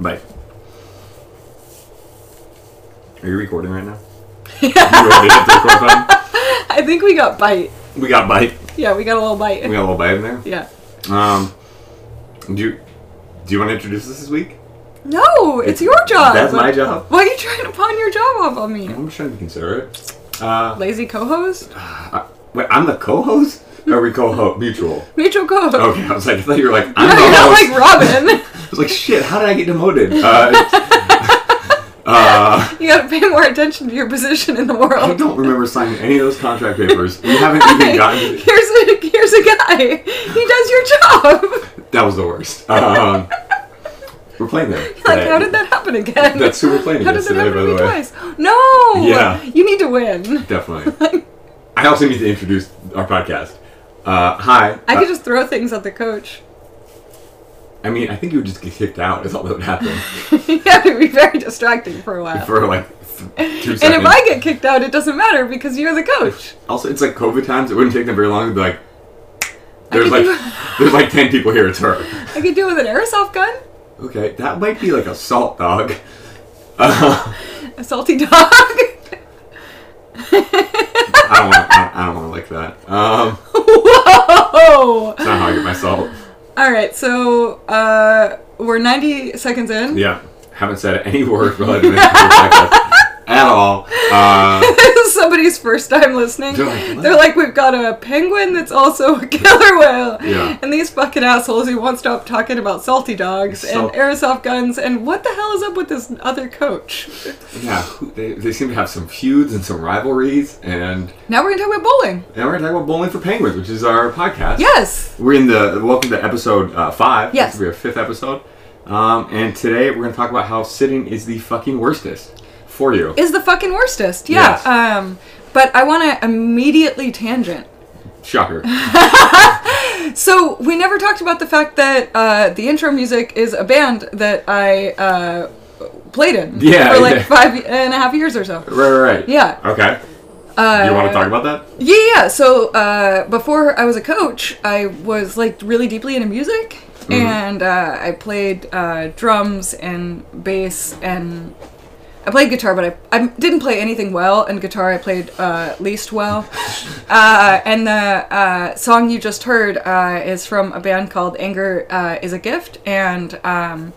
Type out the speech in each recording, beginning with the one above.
Bye. Are you recording right now? you already hit the record button? I think we got bite. We got bite. Yeah, we got a little bite. We got a little bite in there. yeah. Um, do you, do you want to introduce us this week? No, it's your job. That's my job. Why are you trying to pawn your job off on me? I'm just trying to be considerate. Uh, Lazy co-host? I, wait, I'm the co-host. Or are we co-host mutual? Mutual co-host. Okay, I was like, I thought you were like, Oh, I'm No, the you're not host. like Robin. I was like, shit, how did I get demoted? Uh, uh, you gotta pay more attention to your position in the I world. don't remember signing any of those contract papers. We haven't even gotten. To, here's a here's a guy. He does your job. that was the worst. Um, we're playing there. like, today. how did that happen again? That's who we're playing How did against that today, by happen to the me way. twice? No. Yeah. You need to win. Definitely. I also need to introduce our podcast. Uh, hi. I Uh, could just throw things at the coach. I mean, I think you would just get kicked out. Is all that would happen yeah, it'd be very distracting for a while. for like th- two seconds. And if I get kicked out, it doesn't matter because you're the coach. also, it's like COVID times. It wouldn't take them very long to be like. There's like could do- there's like ten people here. It's her. I could do it with an airsoft gun, Okay, that might be like assault dog. Uh, a salty dog. Whoa! I don't want. I, I don't want to like that. Um, that's not how I get my salt. Oh. All right, so uh, we're 90 seconds in. Yeah, haven't said any word related to this podcast at all. Uh, This is somebody's first time listening. They're like, what? They're like, we've got a penguin that's also a killer whale. Yeah. And these fucking assholes who won't stop talking about salty dogs Salt- and airsoft guns and what the hell is up with this other coach? Yeah, who- they, they seem to have some feuds and some rivalries, and Now we're gonna talk about bowling. now we're gonna talk about bowling for penguins, which is our podcast. Yes. we're in the welcome to episode uh, five. Yes. this will be our fifth episode, um, and today we're gonna talk about how sitting is the fucking worstest for you. Is the fucking worstest. Yeah. Yes. Um, but I want to immediately tangent. Shocker. So we never talked about the fact that uh, the intro music is a band that I uh, played in Yeah, for like yeah. five and a half years or so. right, right, right. Yeah. Okay. Uh, you want to talk about that? Yeah, yeah. So uh, before I was a coach, I was like really deeply into music, Mm-hmm. and uh, I played uh, drums and bass, and I played guitar, but I, I didn't play anything well. And guitar, I played uh, least well. uh, and the uh, song you just heard uh, is from a band called Anger uh, Is a Gift, and um,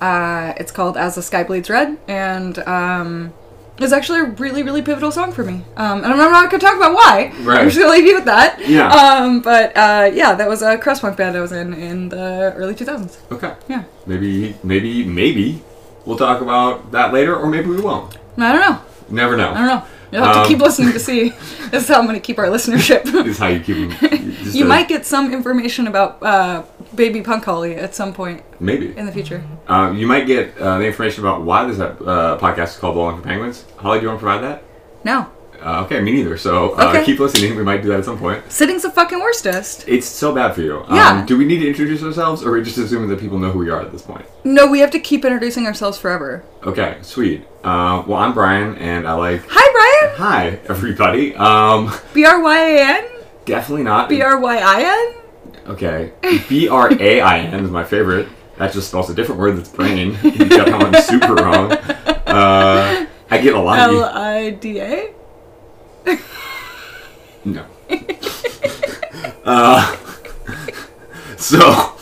uh, it's called As the Sky Bleeds Red, and um, it's actually a really, really pivotal song for me. Um, and I'm not going to talk about why. Right. I'm just going to leave you with that. Yeah. Um, but uh, yeah, that was a cross punk band I was in in the early 2000s. Okay. Yeah. Maybe, maybe, maybe we'll talk about that later, or maybe we won't. I don't know. Never know. I don't know. You'll have Um, to keep listening to see. This is how I'm going to keep our listenership. This is how you keep. 'em- just you a- might get some information about uh, Baby Punk Holly at some point maybe. in the future. Uh, you might get uh, the information about why this uh, podcast is called Bowling for Penguins. Holly, do you want to provide that? No. Uh, okay, me neither. So uh, Okay. keep listening. We might do that at some point. Sitting's the fucking worstest. It's so bad for you. Yeah. Um, do we need to introduce ourselves, or are we just assuming that people know who we are at this point? No, we have to keep introducing ourselves forever. Okay, sweet. Uh, well, I'm Brian, and I like. Hi, Brian. Hi, everybody. Um, B R Y A N? definitely not. B R Y I N? Okay. B R A I N is my favorite. That just spells a different word that's brain. You got that one super wrong. Uh, I get a lot of. L I D A? No. uh, so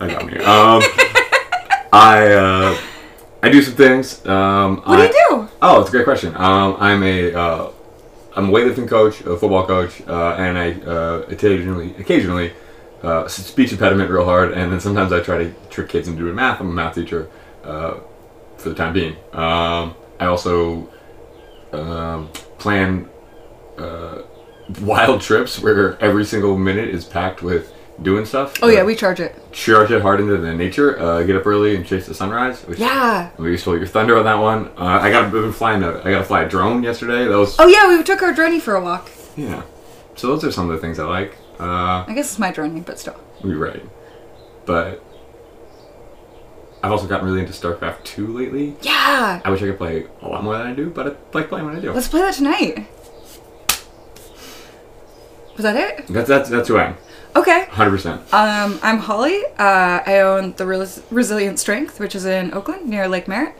I got me. Um, I uh, I do some things. Um, What do you do? Oh, it's a great question. Um, I'm a uh, I'm a weightlifting coach, a football coach, uh, and I uh, occasionally occasionally uh, s- speech impediment real hard, and then sometimes I try to trick kids into doing math. I'm a math teacher uh, for the time being. Um, I also um, plan uh, wild trips where every single minute is packed with doing stuff. Oh, yeah, Uh, we charge it. charge it hard into the nature. Uh, get up early and chase the sunrise. Which Yeah. we stole your thunder on that one. Uh, I got I've been flying a I got to fly a drone yesterday. That was Oh, yeah, we took our droney for a walk. yeah. So those are some of the things I like. Uh, I guess it's my droney, but still. you're right, but I've also gotten really into StarCraft 2 lately. Yeah. I wish I could play a lot more than I do, but I like playing what I do. Let's play that tonight. Was that it? That's that's that's who I am. Okay. 100%. Um, I'm Holly. Uh, I own the Res- Resilient Strength, which is in Oakland near Lake Merritt.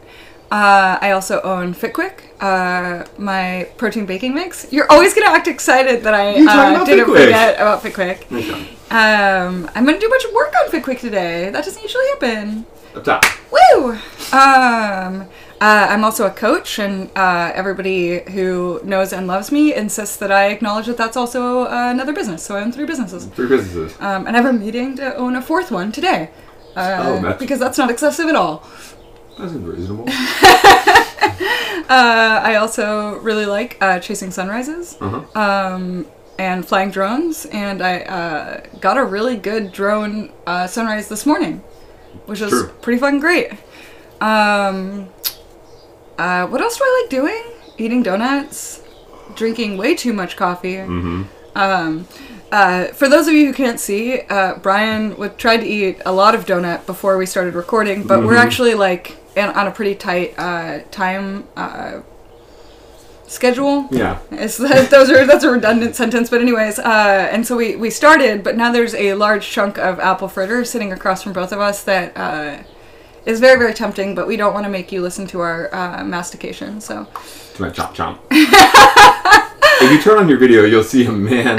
Uh, I also own FitQuick, uh, my protein baking mix. You're always gonna act excited that I You talking uh, about didn't FitQuick. forget about FitQuick. Nice job. Um, I'm gonna do a bunch of work on FitQuick today. That doesn't usually happen. Up top. Woo! Um, uh, I'm also a coach, and uh, everybody who knows and loves me insists that I acknowledge that that's also uh, another business. So I own three businesses. Three businesses. Um, and I have a meeting to own a fourth one today. Uh, Oh, that's- Because that's not excessive at all. That's reasonable. Uh, I also really like uh, chasing sunrises Uh-huh. um, and flying drones, and I uh, got a really good drone uh, sunrise this morning, which was True. pretty fucking great. Um, uh, what else do I like doing? Eating donuts, drinking way too much coffee. Mm-hmm. Um, uh, for those of you who can't see, uh, Brian would tried to eat a lot of donut before we started recording, but we're Mhm. actually like in, on a pretty tight uh, time uh, schedule. Yeah. It's, those are that's a redundant sentence, but anyways, uh, and so we we started, but now there's a large chunk of apple fritter sitting across from both of us that uh, is very very tempting, but we don't want to make you listen to our uh, mastication. So To my chomp chomp. if you turn on your video, you'll see a man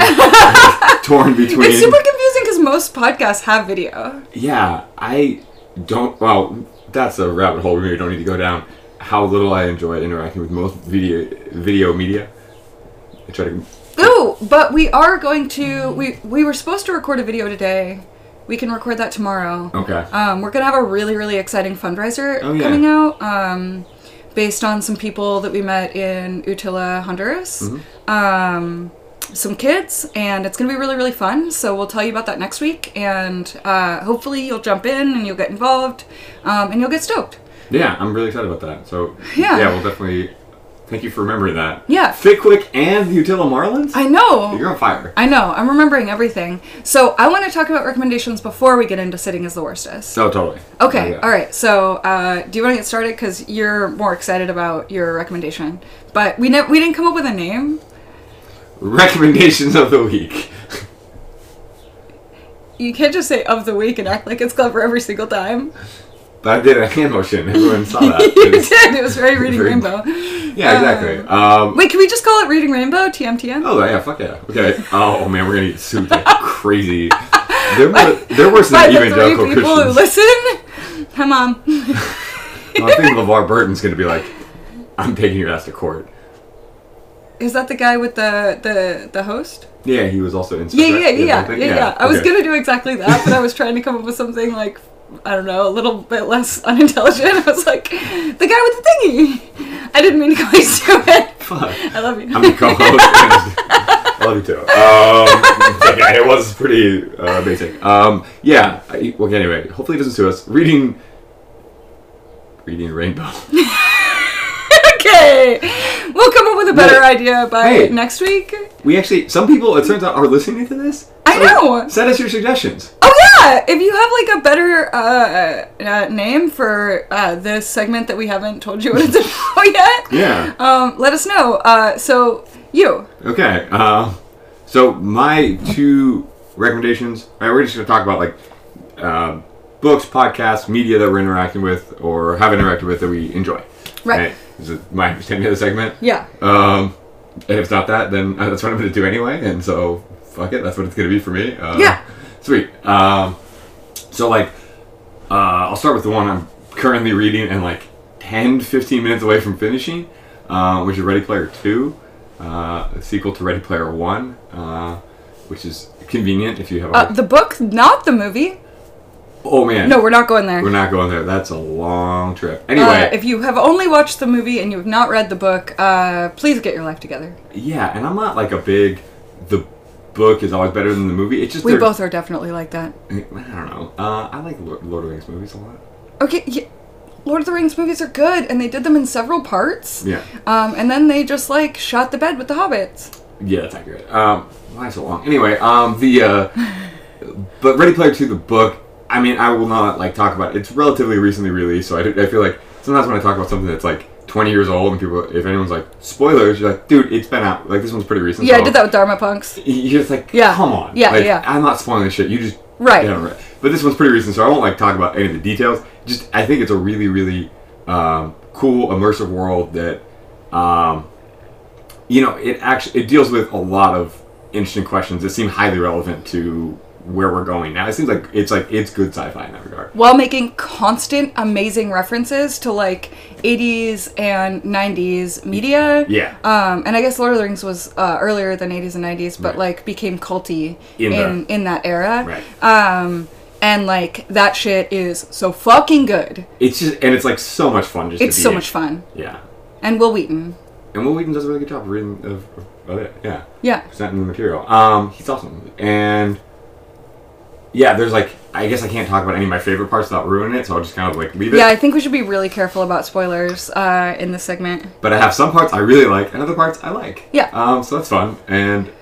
torn between. it's super confusing because most podcasts have video. yeah, I don't. Well, that's a rabbit hole we really don't need to go down. How little I enjoy interacting with most video video media. I try to. Ooh, but we are going to we we were supposed to record a video today. We can record that tomorrow. Okay. Um, we're gonna have a really really exciting fundraiser Oh, yeah. coming out. Um, based on some people that we met in Utila, Honduras. Mm-hmm. Um, some kids, and it's gonna be really really fun. So we'll tell you about that next week, and uh, hopefully you'll jump in and you'll get involved, um, and you'll get stoked. Yeah, I'm really excited about that. So Yeah. yeah, we'll definitely. Thank you for remembering that. Yeah. Fit quick and the Utila Marlins. I know. You're on fire. I know, I'm remembering everything. So, I want to talk about recommendations before we get into sitting as the worstest. So totally. Okay, Yeah. all right. So, uh, do you want to get started? Because you're more excited about your recommendation, but we ne- we didn't come up with a name. Recommendations of the week. You can't just say of the week and act like it's clever every single time. I did a hand motion. Everyone saw that. you did. It was very reading Very- rainbow. Yeah, exactly. Um, Wait, can we just call it reading rainbow? TMTM. oh yeah, fuck yeah. Okay. Oh man, we're gonna get sued like crazy. There were there were some By the three evangelical people who Christians. listen. Hi, mom. I think LeVar Burton's gonna be like, I'm taking your ass to court. Is that the guy with the the the host? Yeah, he was also in. Yeah, yeah, yeah, yeah, something? yeah, I was okay. gonna do exactly that, but I was trying to come up with something like I don't know, a little bit less unintelligent. I was like, the guy with the thingy. I didn't mean to call you stupid. Fuck. I love you. I'm the co-host. I love you too. Um, yeah, it was pretty uh, basic. Um, yeah. I, well, anyway, hopefully it doesn't sue us. Reading, reading Rainbow. okay, we'll come up with a better Well, idea by hey. next week. We actually, some people, it turns out, are listening to this. I know. Send us your suggestions. Oh yeah, if you have like a better uh, uh, name for uh, this segment that we haven't told you what it's about yet, Yeah. um, let us know. Uh, so you. Okay. Uh, so my two recommendations. All right, we're just gonna talk about like uh, books, podcasts, media that we're interacting with or have interacted with that we enjoy. Right. This is my understanding of the segment. Yeah. Um, and if it's not that, then uh, that's what I'm going to do anyway. And so, fuck it, that's what it's going to be for me. Uh, Yeah. Sweet. Um, so, like, uh, I'll start with the one I'm currently reading and, like, 10, 15 minutes away from finishing, uh, which is Ready Player 2, uh, a sequel to Ready Player 1, uh, which is convenient if you have a. Uh, the book, not the movie. oh, man. No, we're not going there. We're not going there. That's a long trip. Uh, Anyway. if you have only watched the movie and you have not read the book, uh, please get your life together. yeah, and I'm not, like, a big. The book is always better than the movie. It's just We they're- both are definitely like that. I don't know. Uh, I like Lord, Lord of the Rings movies a lot. Okay, y Lord of the Rings movies are good, and they did them in several parts. Yeah. Um, and then they just like shot the bed with the hobbits. Yeah, that's accurate. Um, why so long? Anyway, um, the uh, but Ready Player Two, the book I mean, I will not like talk about it. It's relatively recently released, so I, I feel like sometimes when I talk about something that's like 20 years old and people, if anyone's like spoilers, you're like, dude, it's been out. Like this one's pretty recent. Yeah, I so did that with Dharma Punks. You're just like, Yeah. come on. Yeah, Like, yeah. I'm not spoiling this shit. You just Right. Yeah, right. But this one's pretty recent, so I won't like talk about any of the details. Just I think it's a really, really um, cool, immersive world that, um, you know, it actually it deals with a lot of interesting questions that seem highly relevant to where we're going now. It seems like it's like it's good sci-fi in that regard. While making constant amazing references to like 80s and 90s media. Yeah. Um, and I guess Lord of the Rings was uh, earlier than 80s and 90s, but Right. like became culty In in the- in, that era. Right. Um, and like that shit is so fucking good. It's just and it's like so much fun. Just to It's be so in. much fun. Yeah. And Will Wheaton. And Will Wheaton does a really good job of reading of, of it. Yeah. Yeah. presenting the material. Um, he's awesome, and yeah, there's like I guess I can't talk about any of my favorite parts without ruining it, so I'll just kind of like leave it. Yeah, I think we should be really careful about spoilers uh, in this segment. But I have some parts I really like, and other parts I like. Yeah. Um, so that's fun. And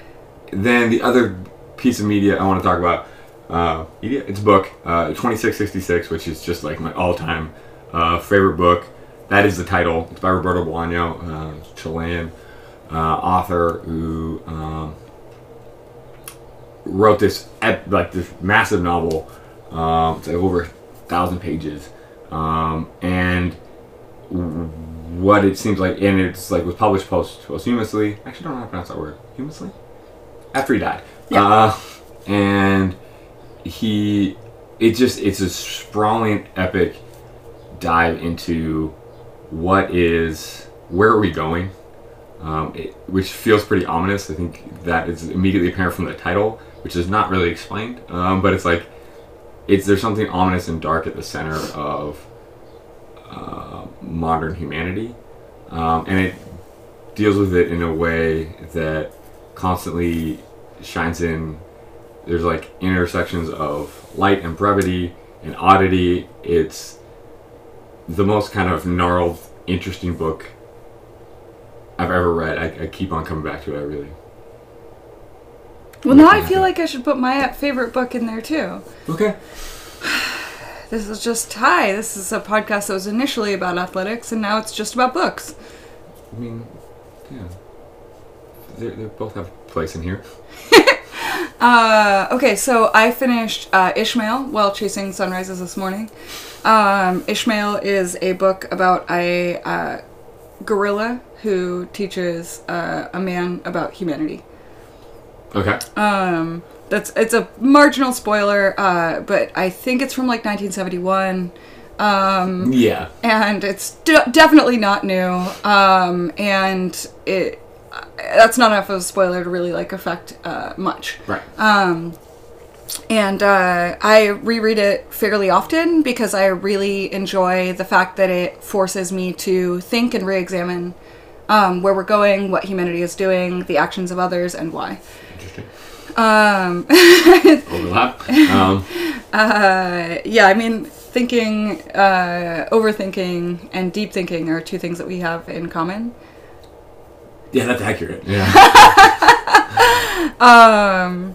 then the other piece of media I want to talk about, uh, media, it's a book, uh, 2666, which is just like my all-time uh, favorite book. That is the title. It's by Roberto Bolaño, uh, Chilean uh, author who um, wrote this ep- like this massive novel. Um, it's like over a thousand pages, um, and what it seems like, and it's like was published post posthumously. Actually, I don't know how to pronounce that word. Humously, after he died. Yeah. Uh, and he, it just it's a sprawling epic dive into what is where are we going, um, it, which feels pretty ominous. I think that is immediately apparent from the title, which is not really explained. Um, but it's like it's there's something ominous and dark at the center of uh, modern humanity, um, and it deals with it in a way that constantly shines in. There's like intersections of light and brevity and oddity. It's the most kind of gnarled, interesting book I've ever read. I, I keep on coming back to it. I really Well, now I feel like I should put my favorite book in there too. okay. This is just hi. This is a podcast that was initially about athletics, and now it's just about books. I mean, yeah, they they both have a place in here. Uh, okay, so I finished uh, Ishmael while chasing sunrises this morning. Um, Ishmael is a book about a uh, gorilla who teaches uh, a man about humanity. Okay. Um, that's it's a marginal spoiler, uh, but I think it's from like 1971. Um, Yeah. and it's de- definitely not new. Um, and it uh, that's not enough of a spoiler to really like affect uh, much. Right. Um, and uh, I reread it fairly often because I really enjoy the fact that it forces me to think and re-examine um, where we're going, what humanity is doing, the actions of others, and why. Interesting. Um, Overlap. Um, Uh, yeah, I mean, thinking, uh, overthinking, and deep thinking are two things that we have in common. yeah, that's accurate. Yeah. Um,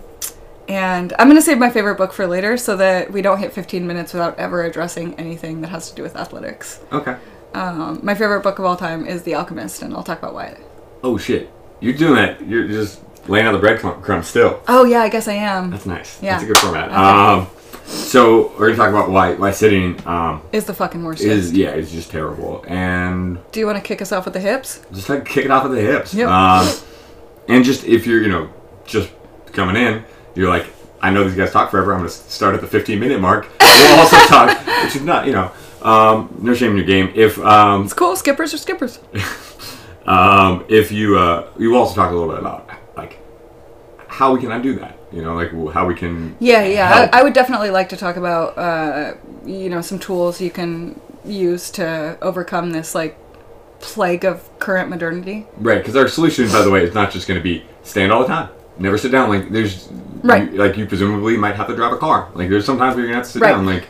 and I'm going to save my favorite book for later so that we don't hit 15 minutes without ever addressing anything that has to do with athletics. okay. Um, my favorite book of all time is The Alchemist, and I'll talk about why. Oh shit. You're doing that. You're just laying out the breadcrumb still. Oh, yeah, I guess I am. That's nice. Yeah. That's a good format. Okay. Um, so we're gonna talk about why why sitting um, Is the fucking worst. is yeah is just terrible and do you want to kick us off with the hips? just like kick it off at the hips. Yep. Um, and just if you're you know just coming in, you're like I know these guys talk forever. I'm gonna s- start at the 15 minute mark. We'll also talk, which is not you know um, no shame in your game. If um, It's cool. Skippers are skippers. um, if you uh, you also talked a little bit about like how we can undo that you know like wh- how we can Yeah, yeah. help. I, I would definitely like to talk about, uh, you know, some tools you can use to overcome this, like, plague of current modernity. right because our solution by the way is not just going to be stand all the time never sit down like there's Right. you- like you presumably might have to drive a car like there's sometimes where you're gonna have to sit Right. down like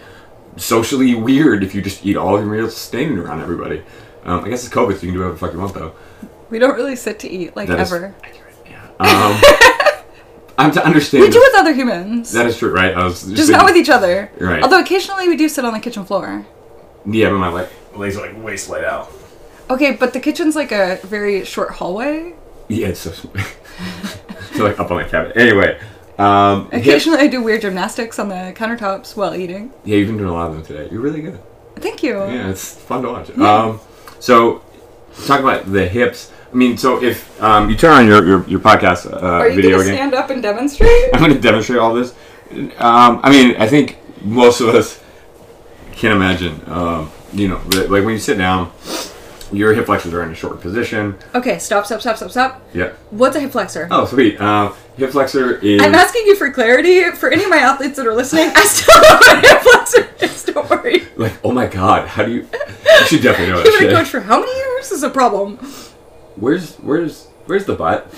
socially weird if you just eat all of your meals standing around everybody um, I guess it's COVID so you can do whatever the fuck you want though We don't really sit to eat, like, That is ever. accurate, yeah. um, I'm to understand. We do with other humans. that is true, right? I was just not with each other. Right. Although occasionally we do sit on the kitchen floor. Yeah, but my leg. Legs are like waist laid out. Okay, but the kitchen's like a very short hallway. Yeah, it's so. so like up on my cabinet. Anyway, um, hips- Occasionally I do weird gymnastics on the countertops while eating. Yeah, you've been doing a lot of them today. You're really good. Thank you. Yeah, it's fun to watch. Um, so, talk about the hips. I mean, so if um, you turn on your your, your podcast uh, Are you video gonna again, stand up and demonstrate? I'm going to demonstrate all this. Um, I mean, I think most of us can imagine. Um, you know, that, like when you sit down, your hip flexors are in a short position. okay, stop, stop, stop, stop, stop. Yeah. What's a hip flexor? Oh, sweet. Um, hip flexor is. I'm asking you for clarity. For any of my athletes that are listening, I still don't know what a hip flexor is. Don't worry. like, oh my god, how do you? You should definitely know You've been a that coach Oh, shit. for how many years? Is a problem. Where's where's where's the butt?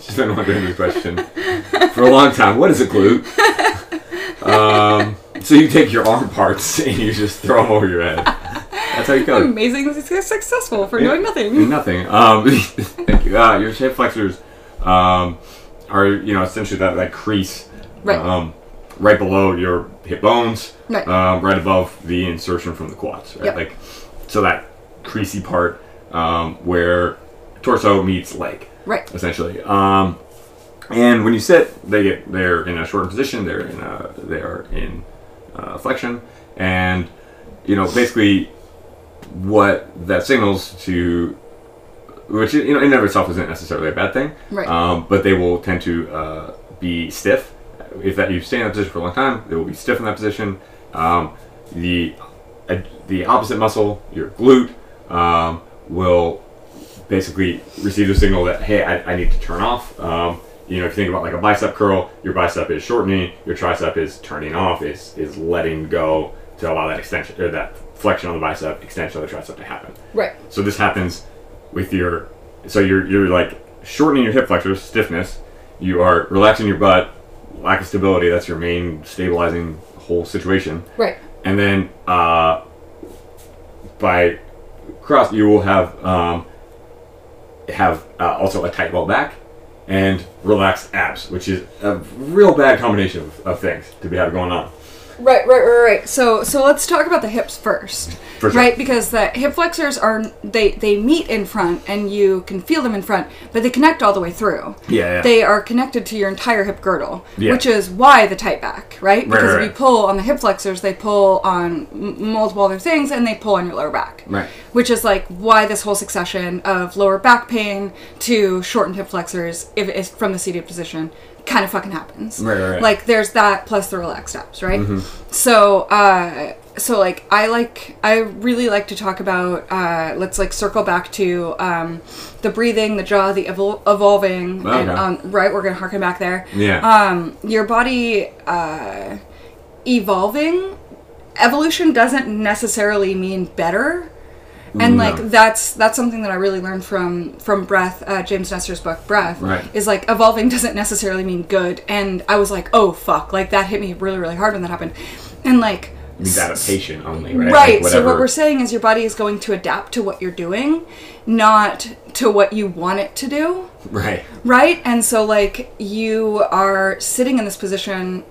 She's been wondering this question for a long time. What is a glute? Um, so you take your arm parts and you just throw them over your head. That's how you coach. Amazingly successful for Oh. Yeah. doing nothing. Nothing. Um, thank you. Uh, your hip flexors um, are, you know, essentially that, that crease Right. um, right below your hip bones, Right. um, right above the insertion from the quads, right? Yep. Like, so that creasy part um, where torso meets leg, Right. essentially. Um, and when you sit, they get they're in a shortened position. They're in a, they are in uh, flexion, and you know basically what that signals to, which you know in and of itself isn't necessarily a bad thing, Right. um, but they will tend to uh, be stiff. If that you stay in that position for a long time, they will be stiff in that position. Um, the uh, the opposite muscle, your glute, um, will basically receive the signal that hey, I, I need to turn off. Um, you know, if you think about like a bicep curl, your bicep is shortening, your tricep is turning off, is is letting go to allow that extension or that flexion on the bicep, extension of the tricep to happen. Right. So this happens with your so you're you're like shortening your hip flexors, stiffness. You are relaxing your butt, lack of stability. That's your main stabilizing whole situation. Right. And then uh, by cross, you will have um, have uh, also a tight low back and relaxed abs, which is a real bad combination of, of things to be have going on. Right, right, right, right. So, so let's talk about the hips first, For sure. right? Because the hip flexors are they they meet in front, and you can feel them in front, but they connect all the way through. Yeah, yeah. They are connected to your entire hip girdle, Yeah. which is why the tight back, right? Because right, if you right. pull on the hip flexors, they pull on m- multiple other things, and they pull on your lower back, Right. Which is like why this whole succession of lower back pain to shortened hip flexors, if it's from the seated position, kind of fucking happens. Right, right, right. Like like there's that plus the relaxed steps right Mm-hmm. so uh so like i like i really like to talk about uh let's like circle back to um the breathing the jaw the evol- evolving Okay. and, um, right we're gonna harken back there Yeah. um your body uh evolving evolution doesn't necessarily mean better and Mm, No. like that's that's something that I really learned from from Breath, uh, James Nestor's book Breath, Right. is like evolving doesn't necessarily mean good. And I was like, oh fuck, like that hit me really really hard when that happened, and like Means adaptation only, right? Like, right. so what whatever- we're saying is your body is going to adapt to what you're doing, not to what you want it to do. right. Right? And so, like, you are sitting in this position,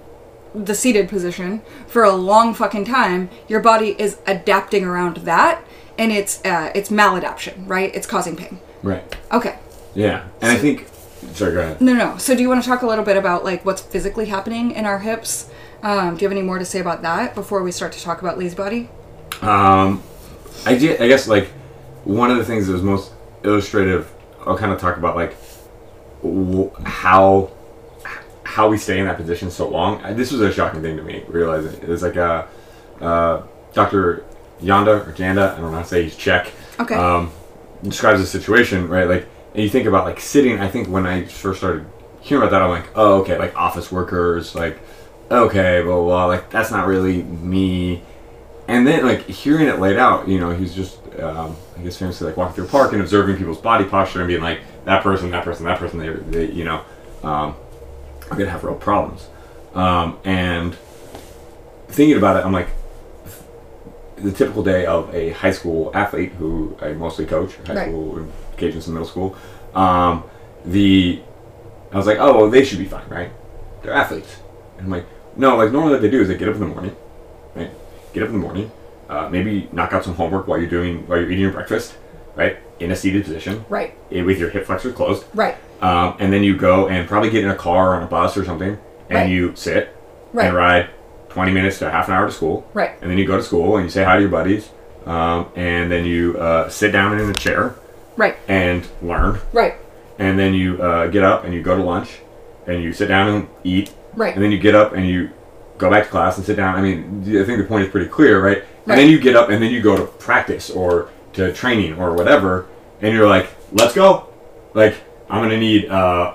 the seated position, for a long fucking time. Your body is adapting around that, and it's uh, it's maladaption, right? It's causing pain. Right. Okay. Yeah. And I think. Sorry, go ahead. No, no. So, do you want to talk a little bit about like what's physically happening in our hips? Um, do you have any more to say about that before we start to talk about Lee's body? Um, I, ge- I guess like one of the things that was most illustrative. I'll kind of talk about like w- how how we stay in that position so long. I, this was a shocking thing to me. Realizing it was like a uh, Dr. Yanda or Janda. I don't know how to say he's Czech. Okay. Um, describes the situation right. Like and you think about like sitting. I think when I first started hearing about that, I'm like, oh okay, like office workers, like okay, blah blah. blah. Like that's not really me and then like hearing it laid out, you know, he's just um, I guess famously like walking through a park and observing people's body posture and being like that person, that person, that person. They, they you know, um, I'm gonna have real problems. Um, and thinking about it, I'm like the typical day of a high school athlete who I mostly coach, high Right. school, occasions in middle school. Um, the I was like, oh, well, they should be fine, right? They're athletes. And I'm like, no, like normally what they do is they get up in the morning, right? Get up in the morning, uh, maybe knock out some homework while you're doing while you're eating your breakfast, right? In a seated position, Right. eh, with your hip flexors closed, Right. um, and then you go and probably get in a car or on a bus or something, and Right. you sit Right. and ride 20 minutes to half an hour to school, Right. and then you go to school and you say hi to your buddies, um, and then you uh, sit down in a chair Right. and learn, Right. and then you uh, get up and you go to lunch, and you sit down and eat, Right. and then you get up and you go back to class and sit down. I mean, I think the point is pretty clear, right? And Right. then you get up and then you go to practice or to training or whatever, and you're like, let's go. Like, I'm gonna need uh,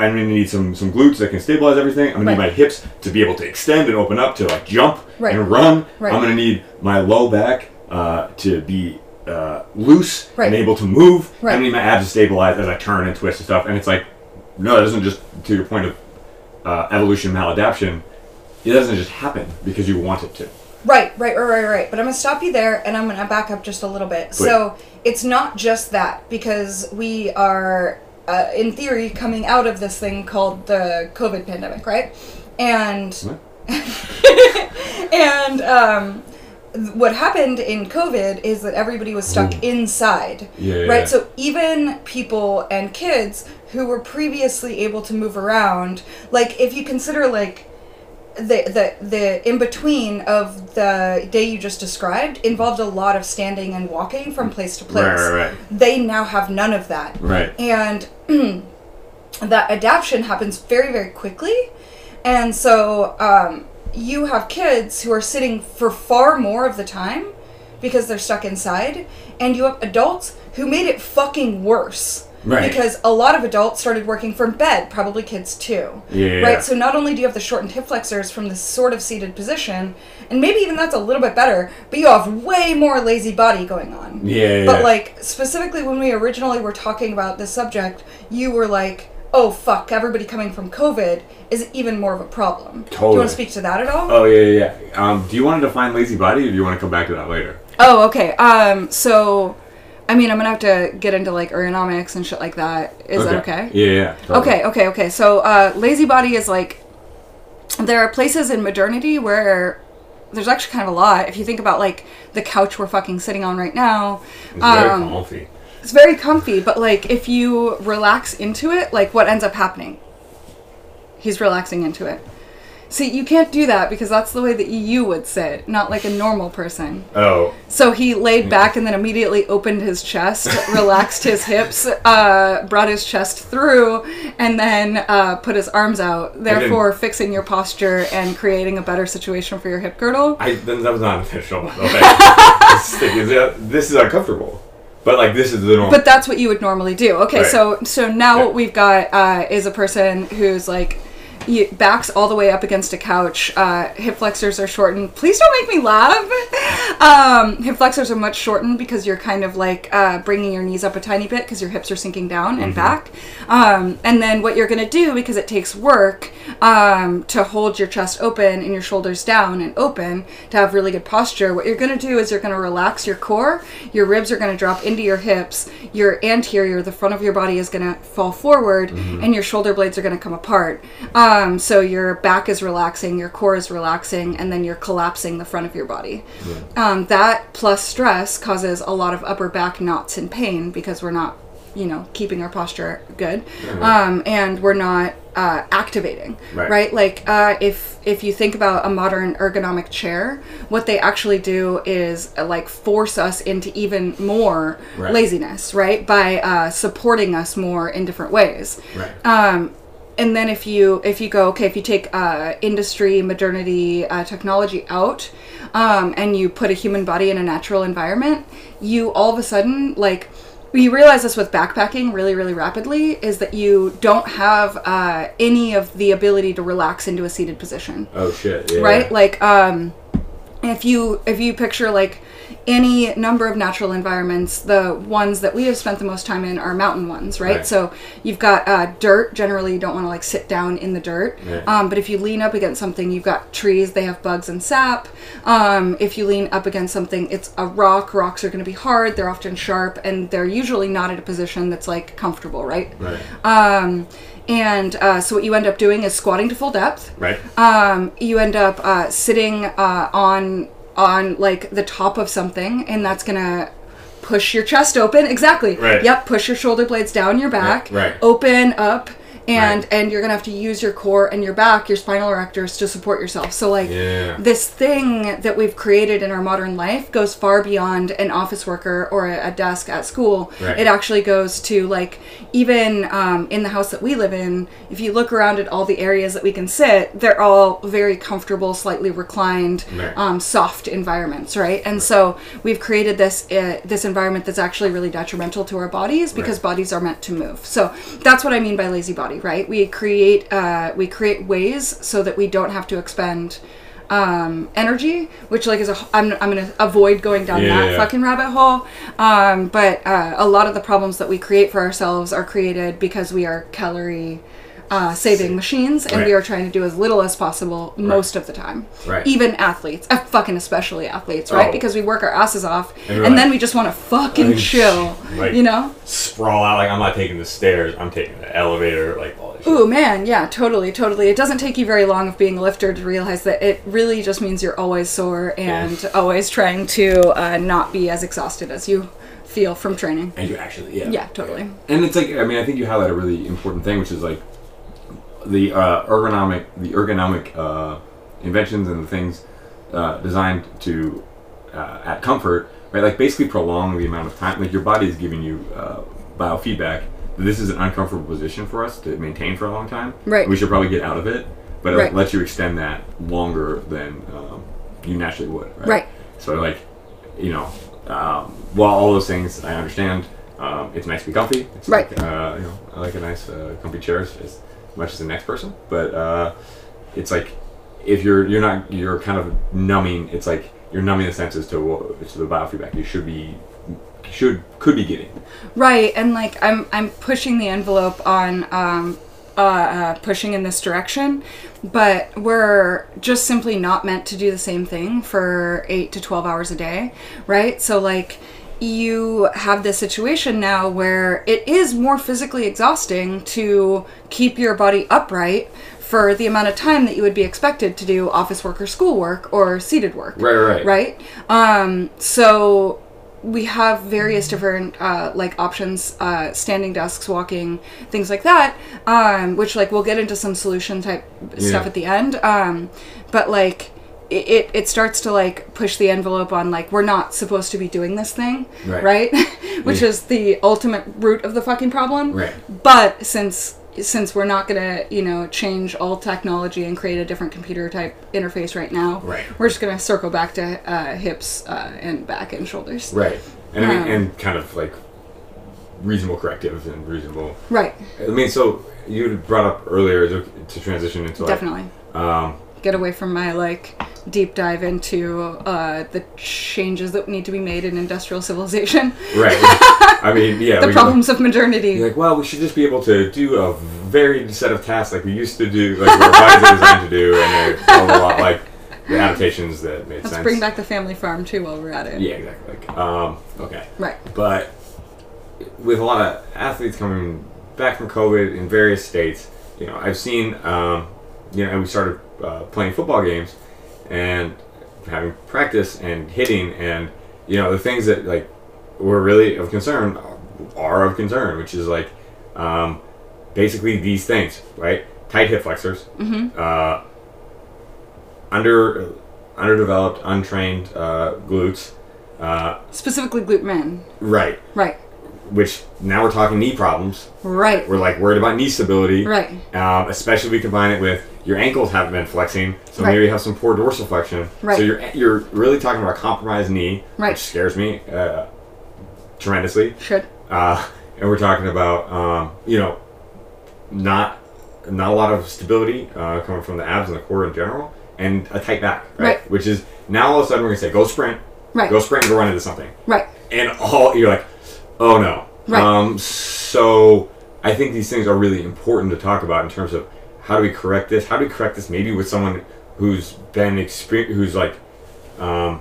I'm gonna need some some glutes that can stabilize everything. I'm gonna need Right. my hips to be able to extend and open up to like jump Right. and run. Right. I'm gonna need my low back uh, to be uh, loose Right. and able to move. Right. I'm gonna need my abs to stabilize as I turn and twist and stuff. And it's like, no, that isn't just to your point of uh, evolution maladaption, it doesn't just happen because you want it to. Right, right, right, right, right. But I'm going to stop you there and I'm going to back up just a little bit. So it's not just that because we are, uh, in theory, coming out of this thing called the COVID pandemic, right? And What? and um, th- what happened in COVID is that everybody was stuck Ooh. inside, Yeah, yeah, right? yeah. So even people and kids who were previously able to move around, like if you consider like the the the in between of the day you just described involved a lot of standing and walking from place to place. Mm. Right, right, right. They now have none of that, Right. and that adaption happens very very quickly and so um, you have kids who are sitting for far more of the time because they're stuck inside and you have adults who made it fucking worse Right. because a lot of adults started working from bed probably kids too Yeah. right so not only do you have the shortened hip flexors from this sort of seated position and maybe even that's a little bit better but you have way more lazy body going on Yeah. but like specifically when we originally were talking about this subject, you were like, "Oh fuck, everybody coming from COVID is even more of a problem." Do you want Totally. to speak to that at all? oh yeah, yeah. yeah. Um, do you want to define lazy body, or do you want to come back to that later? Oh, okay. Um, so, I mean, I'm gonna have to get into like ergonomics and shit like that. Is that okay? Yeah, yeah. totally. Okay, okay, okay. So, uh, lazy body is like there are places in modernity where there's actually kind of a lot. If you think about like the couch we're fucking sitting on right now, It's very um, comfy. it's very comfy. But like, if you relax into it, like what ends up happening? He's relaxing into it. See, you can't do that because that's the way that you would sit, not like a normal person. Oh, So he laid back and then immediately opened his chest, relaxed his hips, uh, brought his chest through, and then uh, put his arms out, therefore fixing your posture and creating a better situation for your hip girdle. I then that was not official. Okay. This thing is, uh, this is uncomfortable, but like this is the norm. But that's what you would normally do. Okay, Right. so so now Yeah. what we've got uh, is a person who's like y- backs all the way up against a couch. Uh, hip flexors are shortened. Please don't make me laugh. Um, hip flexors are much shortened because you're kind of like uh, bringing your knees up a tiny bit because your hips are sinking down and Mm-hmm. back. Um, and then what you're gonna do because it takes work um, to hold your chest open and your shoulders down and open to have really good posture. What you're going to do is you're going to relax your core, your ribs are going to drop into your hips, your anterior, the front of your body is going to fall forward, Mm-hmm. and your shoulder blades are going to come apart. Um, so your back is relaxing, your core is relaxing, and then you're collapsing the front of your body. Um, that plus stress causes a lot of upper back knots and pain because we're not you know keeping our posture good um, and we're not uh, activating right, Mm-hmm. Right. like uh, if if you think about a modern ergonomic chair what they actually do is uh, like force us into even more Right. laziness right by uh, supporting us more in different ways right. um, and then if you if you go okay if you take uh, industry modernity uh, technology out um, and you put a human body in a natural environment you all of a sudden like we realize this with backpacking really really rapidly is that you don't have uh, any of the ability to relax into a seated position oh shit. Yeah. right like um if you if you picture like any number of natural environments. The ones that we have spent the most time in are mountain ones, right? Right. So you've got uh, dirt. Generally, you don't want to like sit down in the dirt. Right. Um, but if you lean up against something, you've got trees. They have bugs and sap. Um, if you lean up against something, it's a rock. Rocks are going to be hard. They're often sharp, and they're usually not at a position that's like comfortable, right? Right. Um, and uh, so what you end up doing is squatting to full depth. Right. Um, you end up uh, sitting uh, on on like the top of something, and that's gonna push your chest open. Exactly. Right. Yep. Push your shoulder blades down your back. Right, right. Open up. And, Right. and you're gonna have to use your core and your back, your spinal erectors to support yourself. So like Yeah. this thing that we've created in our modern life goes far beyond an office worker or a, a desk at school. Right. It actually goes to like even um, in the house that we live in. If you look around at all the areas that we can sit, they're all very comfortable, slightly reclined, Right. um, soft environments, right? And so we've created this uh, this environment that's actually really detrimental to our bodies because Right. bodies are meant to move. So that's what I mean by lazy body, right? We create uh, we create ways so that we don't have to expend um, energy, which like is a I'm I'm gonna avoid going down Yeah, that yeah. fucking rabbit hole. Um, but uh, a lot of the problems that we create for ourselves are created because we are calorie. Uh, saving machines, and we Right. are trying to do as little as possible most of the time. Right. Even athletes, uh, fucking especially athletes, right? Oh. Because we work our asses off, And and, we're then like- we just want to fucking Like, chill, like- you know? Sprawl out like I'm not taking the stairs. I'm taking the elevator. Like all this. shit. Ooh, man, yeah, totally, totally. It doesn't take you very long of being a lifter to realize that it really just means you're always sore and always trying to uh, not be as exhausted as you feel from training. And you actually, yeah. Yeah, totally. And it's like I mean I think you highlight a really important thing, which is like the uh, ergonomic the ergonomic uh, inventions and the things uh, designed to uh, at comfort, right? Like basically prolong the amount of time. Like your body is giving you uh, biofeedback. that This is an uncomfortable position for us to maintain for a long time. Right. We should probably get out of it, but it Right. lets you extend that longer than um, you naturally would. Right. Right. So like, you know, um, while all those things I understand, um, it's nice to be comfy. It's Right. Like, uh, you know, I like a nice uh, comfy chair as as much as the next person, but uh, it's like if you're you're not you're kind of numbing. It's like you're numbing the senses to what- to the biofeedback you should be should could be getting. Right, and like I'm I'm pushing the envelope on um, uh, uh, pushing in this direction, but we're just simply not meant to do the same thing for eight to twelve hours a day, right? So like you have this situation now where it is more physically exhausting to keep your body upright for the amount of time that you would be expected to do office work or school work or seated work Right, right, right? Um, so we have various different uh, like options, uh, standing desks, walking, things like that. Um, which like we'll get into some solution type stuff Yeah. at the end. Um, but like i- it, it starts to like push the envelope on like we're not supposed to be doing this thing, Right. right? which Yeah. is the ultimate root of the fucking problem. Right. But since since we're not gonna you know change all technology and create a different computer type interface right now, Right. we're just gonna circle back to uh, hips uh, and back and shoulders. Right. And I mean, Um, and kind of like reasonable correctives and reasonable. Right, I mean, so you had brought up earlier to to transition into like, definitely. um, Get away from my like deep dive into uh, the changes that need to be made in industrial civilization, Right. I mean, yeah. the we- problems of modernity. You're like, well, we should just be able to do a varied set of tasks like we used to do, like our bodies are designed to do, and they're all a lot like the adaptations that made Let's sense. bring back the family farm too while we're at it. Yeah, exactly. Like, um, okay. Right. But with a lot of athletes coming back from COVID in various states, you know, I've seen, um, you know, and we started uh, playing football games and having practice and hitting and, you know, the things that, like, were really of concern are of concern, which is, like, um, basically these things, right? Tight hip flexors, uh, under underdeveloped, untrained uh, glutes, uh, Specifically, glute men. Right. Right. Which now we're talking knee problems. Right. We're like worried about knee stability. Right. Um, especially if we combine it with your ankles haven't been flexing, so Right. maybe you have some poor dorsiflexion. Right. So you're you're really talking about a compromised knee, Right. which scares me uh, tremendously. Should. Uh, and we're talking about um, you know not not a lot of stability uh, coming from the abs and the core in general, and a tight back, right? Right. Which is now all of a sudden we're gonna say go sprint, Right. You'll sprint and go run into something, Right. and all you're like, oh no. Right. Um, so I think these things are really important to talk about in terms of how do we correct this? How do we correct this? Maybe with someone who's been experienced, who's like, um,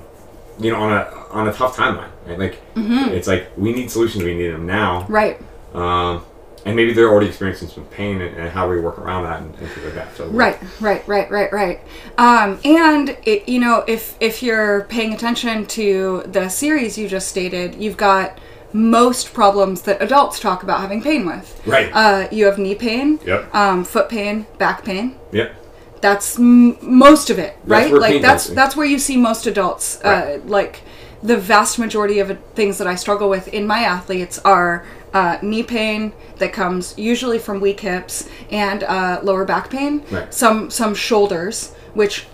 you know, on a on a tough timeline. Right? Like, it's like we need solutions. We need them now. Mm-hmm. Right. Um, and maybe they're already experiencing some pain and, and how we work around that and, and things like that. So Right, right, right, right, right. Um, and it, you know, if if you're paying attention to the series you just stated, you've got most problems that adults talk about having pain with. Right. Uh, you have knee pain, Yep. um, foot pain, back pain. Yep. That's m- most of it, right? where like pain that's comes in. that's where you see most adults. Uh, Right. like the vast majority of things that I struggle with in my athletes are uh, knee pain that comes usually from weak hips and uh, lower back pain. Right. Some some shoulders, which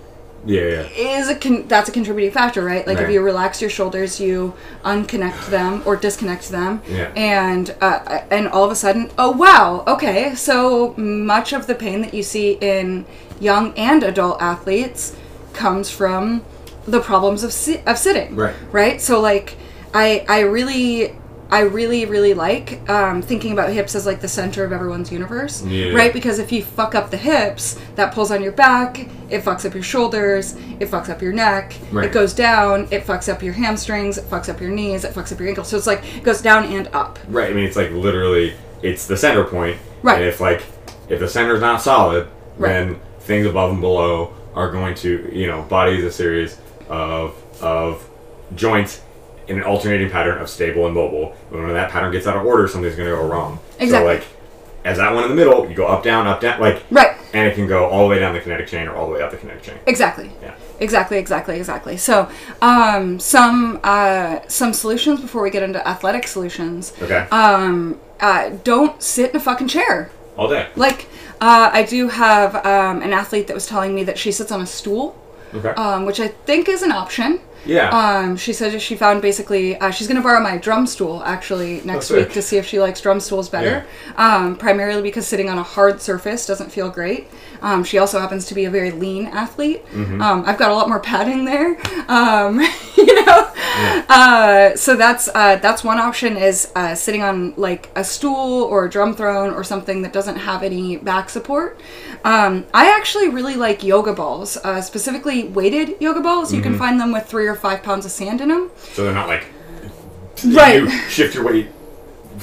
Yeah. Yeah. is a con- that's a contributing factor, right? Like if Right. you relax your shoulders, you unconnect them or disconnect them, Yeah. and uh, and all of a sudden, oh wow, okay, so much of the pain that you see in young and adult athletes comes from the problems of si- of sitting, Right. Right. So like, I I really. I really, really like um, thinking about hips as like the center of everyone's universe, Yeah. right? because if you fuck up the hips, that pulls on your back, it fucks up your shoulders, it fucks up your neck, Right. it goes down, it fucks up your hamstrings, it fucks up your knees, it fucks up your ankles. So it's like it goes down and up. Right. I mean, it's like literally, it's the center point. Right. And if like, if the center's not solid, Right. then things above and below are going to, you know, body is a series of of joints in an alternating pattern of stable and mobile. And when that pattern gets out of order, something's going to go wrong. Exactly. So like, as that one in the middle, you go up, down, up, down, like, Right. and it can go all the way down the kinetic chain or all the way up the kinetic chain. Exactly. Yeah. Exactly, exactly, exactly. So, um, some uh, some solutions before we get into athletic solutions. Okay. Um, uh, don't sit in a fucking chair. all day. Like, uh, I do have um, an athlete that was telling me that she sits on a stool, Okay. um, which I think is an option. yeah. Um, she said she found basically uh, she's gonna borrow my drum stool actually next sick. week to see if she likes drum stools better. Um, primarily because sitting on a hard surface doesn't feel great. Um, she also happens to be a very lean athlete. Um, I've got a lot more padding there, um, you know. Uh, so that's uh, that's one option is uh, sitting on like a stool or a drum throne or something that doesn't have any back support. Um, I actually really like yoga balls, uh, specifically weighted yoga balls. You can find them with three or five pounds of sand in them. So they're not like Right. You shift your weight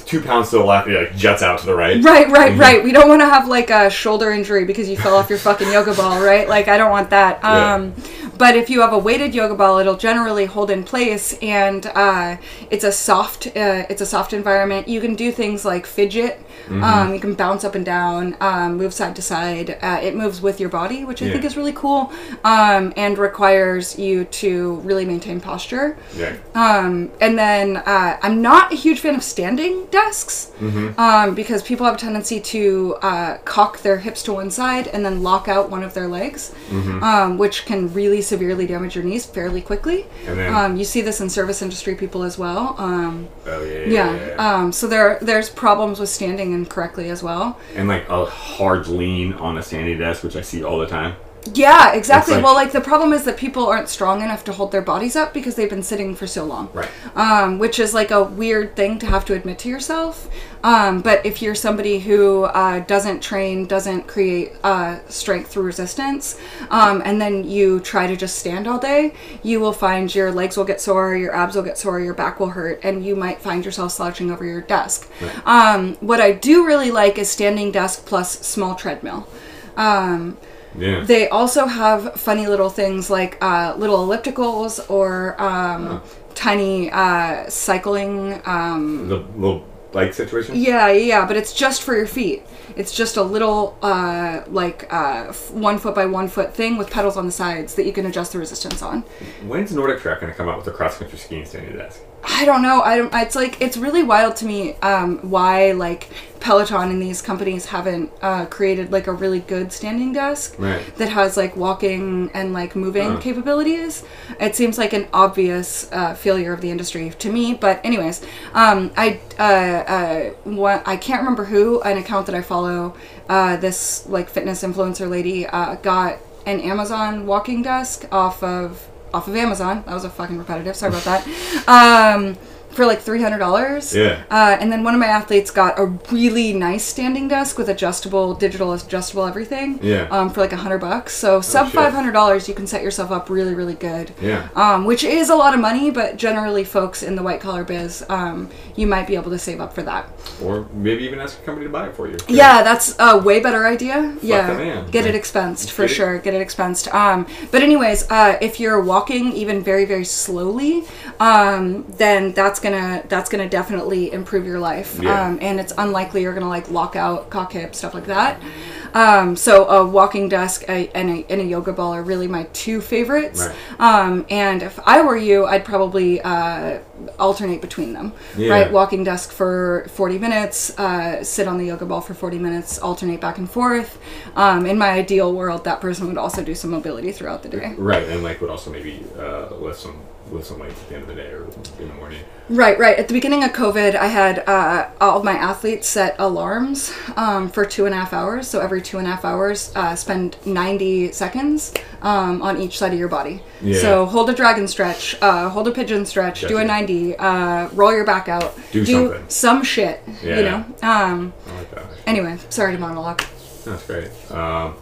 two pounds to the left, and it like juts out to the right. Mm-hmm. Right, right, right. We don't want to have like a shoulder injury because you fell off your fucking yoga ball, right? Like I don't want that. Yeah. Um, but if you have a weighted yoga ball, it'll generally hold in place, and uh, it's a soft, uh, it's a soft environment. You can do things like fidget. Mm-hmm. Um, you can bounce up and down, um, move side to side. Uh, it moves with your body, which I Yeah. think is really cool, um, and requires you to really maintain posture. Yeah. Um, and then uh, I'm not a huge fan of standing desks Mm-hmm. um, because people have a tendency to uh, cock their hips to one side and then lock out one of their legs, Mm-hmm. um, which can really severely damage your knees fairly quickly. And then- um, you see this in service industry people as well. Um, Oh yeah. yeah. Um, so there there's problems with standing incorrectly as well. and like a hard lean on a sandy desk, which I see all the time. Yeah, exactly. It's like- well, like the problem is that people aren't strong enough to hold their bodies up because they've been sitting for so long. Right. um, which is like a weird thing to have to admit to yourself. Um, but if you're somebody who uh, doesn't train, doesn't create uh, strength through resistance, um, and then you try to just stand all day, you will find your legs will get sore, your abs will get sore, your back will hurt, and you might find yourself slouching over your desk. Um, what I do really like is standing desk plus small treadmill. Um, Yeah. they also have funny little things like uh, little ellipticals or um, tiny uh, cycling. Um, the little bike situation. yeah, yeah, but it's just for your feet. It's just a little uh, like uh, f- one foot by one foot thing with pedals on the sides that you can adjust the resistance on. When's Nordic Track gonna come out with a cross country skiing standing desk? I don't know. I don't. It's like it's really wild to me um, why like Peloton and these companies haven't uh, created like a really good standing desk Right. that has like walking and like moving Uh-huh. capabilities. It seems like an obvious uh, failure of the industry to me. But anyways, um, I uh, uh, what I can't remember who an account that I follow. Uh, this like fitness influencer lady uh, got an Amazon walking desk off of off of Amazon. That was a fucking repetitive. Sorry about that. Um, for like three hundred dollars. Yeah. Uh, and then one of my athletes got a really nice standing desk with adjustable, digital adjustable everything. Yeah. Oh, Um, for like a hundred bucks. So sub shit. five hundred dollars, you can set yourself up really, really good. Yeah. Um, which is a lot of money, but generally, folks in the white collar biz, um, you might be able to save up for that. Or maybe even ask a company to buy it for you. Yeah, that's a way better idea. yeah, the man. get it Like, expensed for get it- sure. Get it expensed. Um, but anyways, uh, if you're walking even very very slowly, um, then that's gonna that's gonna definitely improve your life. Yeah. Um, and it's unlikely you're gonna like lock out, cock hip, stuff like that. Um, so a walking desk a, and, a, and a yoga ball are really my two favorites. Right. Um, and if I were you, I'd probably uh, alternate between them. Yeah. Right, walking desk for 40 minutes, uh, sit on the yoga ball for 40 minutes, alternate back and forth. Um, in my ideal world, that person would also do some mobility throughout the day. Right, and like would also maybe uh, lift some lift some weights at the end of the day or in the morning. Right, right. At the beginning of COVID, I had uh, all of my athletes set alarms um, for two and a half hours. So every two and a half hours, uh, spend 90 seconds um, on each side of your body. Yeah. So hold a dragon stretch, uh, hold a pigeon stretch, do a Gotcha. 90, uh, roll your back out, Do something. some shit, Yeah. you know? Um, I like that. anyway, sorry to monologue. That's great. Um,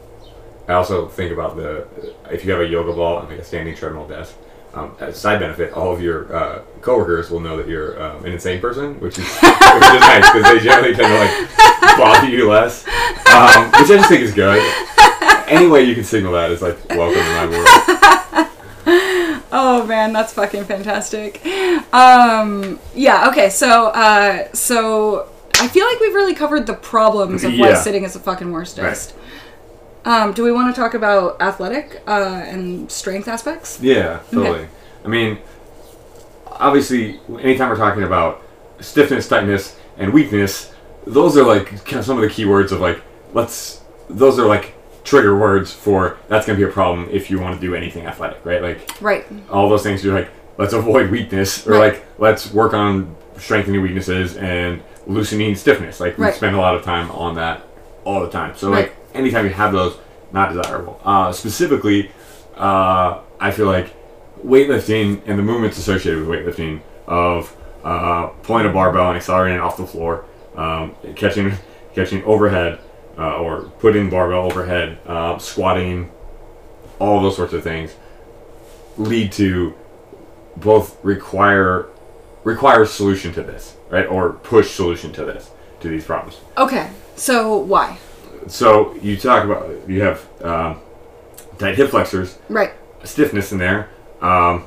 I also think about the if you have a yoga ball and like a standing treadmill desk. Um, as a side benefit, all of your uh, coworkers will know that you're um, an insane person, which is, which is nice because they generally tend to like bother you less, um, which I just think is good. Any way you can signal that is like welcome to my world. Oh man, that's fucking fantastic. Um, yeah, okay, so uh, so I feel like we've really covered the problems of why Yeah. sitting is the fucking worst. Right. Um, do we want to talk about athletic uh, and strength aspects? Yeah, totally. I mean, obviously, anytime we're talking about stiffness, tightness, and weakness, those are like kind of some of the key words of like let's. Those are like trigger words for that's going to be a problem if you want to do anything athletic, right? Like Right. all those things. You're like let's avoid weakness or Right. like let's work on strengthening weaknesses and loosening stiffness. Like we Right. spend a lot of time on that all the time. So Right. like anytime you have those, not desirable. Uh, specifically, uh, I feel like weightlifting and the movements associated with weightlifting of uh, pulling a barbell and accelerating it off the floor, um, catching catching overhead uh, or putting barbell overhead, uh, squatting, all those sorts of things lead to both require require solution to this, right? Or push solution to this to these problems. Okay, so why? So you talk about you have um, tight hip flexors, Right. stiffness in there. Um,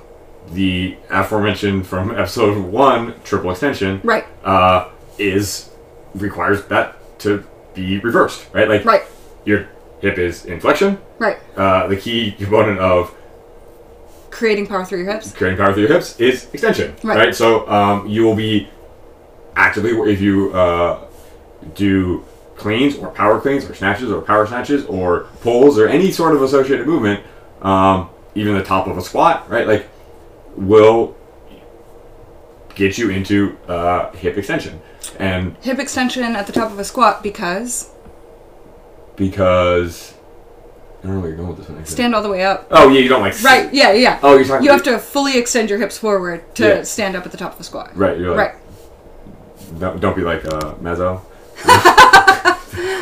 the aforementioned from episode one, triple extension, Right. uh, is requires that to be reversed, right? Like Right. your hip is in flexion. Right. Uh, the key component of Creating power through your hips. creating power through your hips is extension, Right. right? So um, you will be actively if you uh, do cleans or power cleans or snatches or power snatches or pulls or any sort of associated movement, um, even the top of a squat, right? Like will get you into uh, hip extension, and Hip extension at the top of a squat because because I don't know where you're going with this one. actually. stand all the way up. Oh yeah, you don't like Right. Yeah. Yeah. Oh, you're talking. You have to fully extend your hips forward to Yeah. stand up at the top of the squat. Right. You're like, Right. Don't, don't be like uh, Mezzo.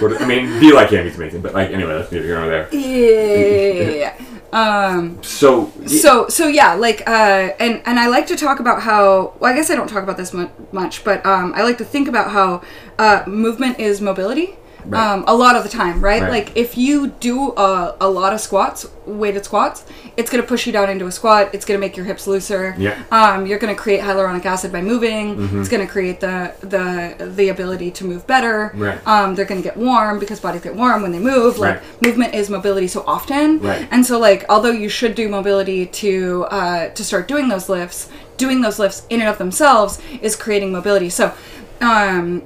I mean, be like him. He's amazing. But like, anyway, that's neither here nor there. Yeah. yeah, yeah, yeah. Um. So, so so yeah like uh and and i like to talk about how well i guess i don't talk about this mu- much but um i like to think about how uh movement is mobility Right. um a lot of the time right, Right. like if you do a, a lot of squats weighted squats it's gonna push you down into a squat it's gonna make your hips looser Yeah. Mm-hmm. um you're gonna create hyaluronic acid by moving it's gonna create the the the ability to move better Right. um they're gonna get warm because bodies get warm when they move like Right. movement is mobility so often Right. and so, like, although you should do mobility to uh, to start doing those lifts, doing those lifts in and of themselves is creating mobility. So, um,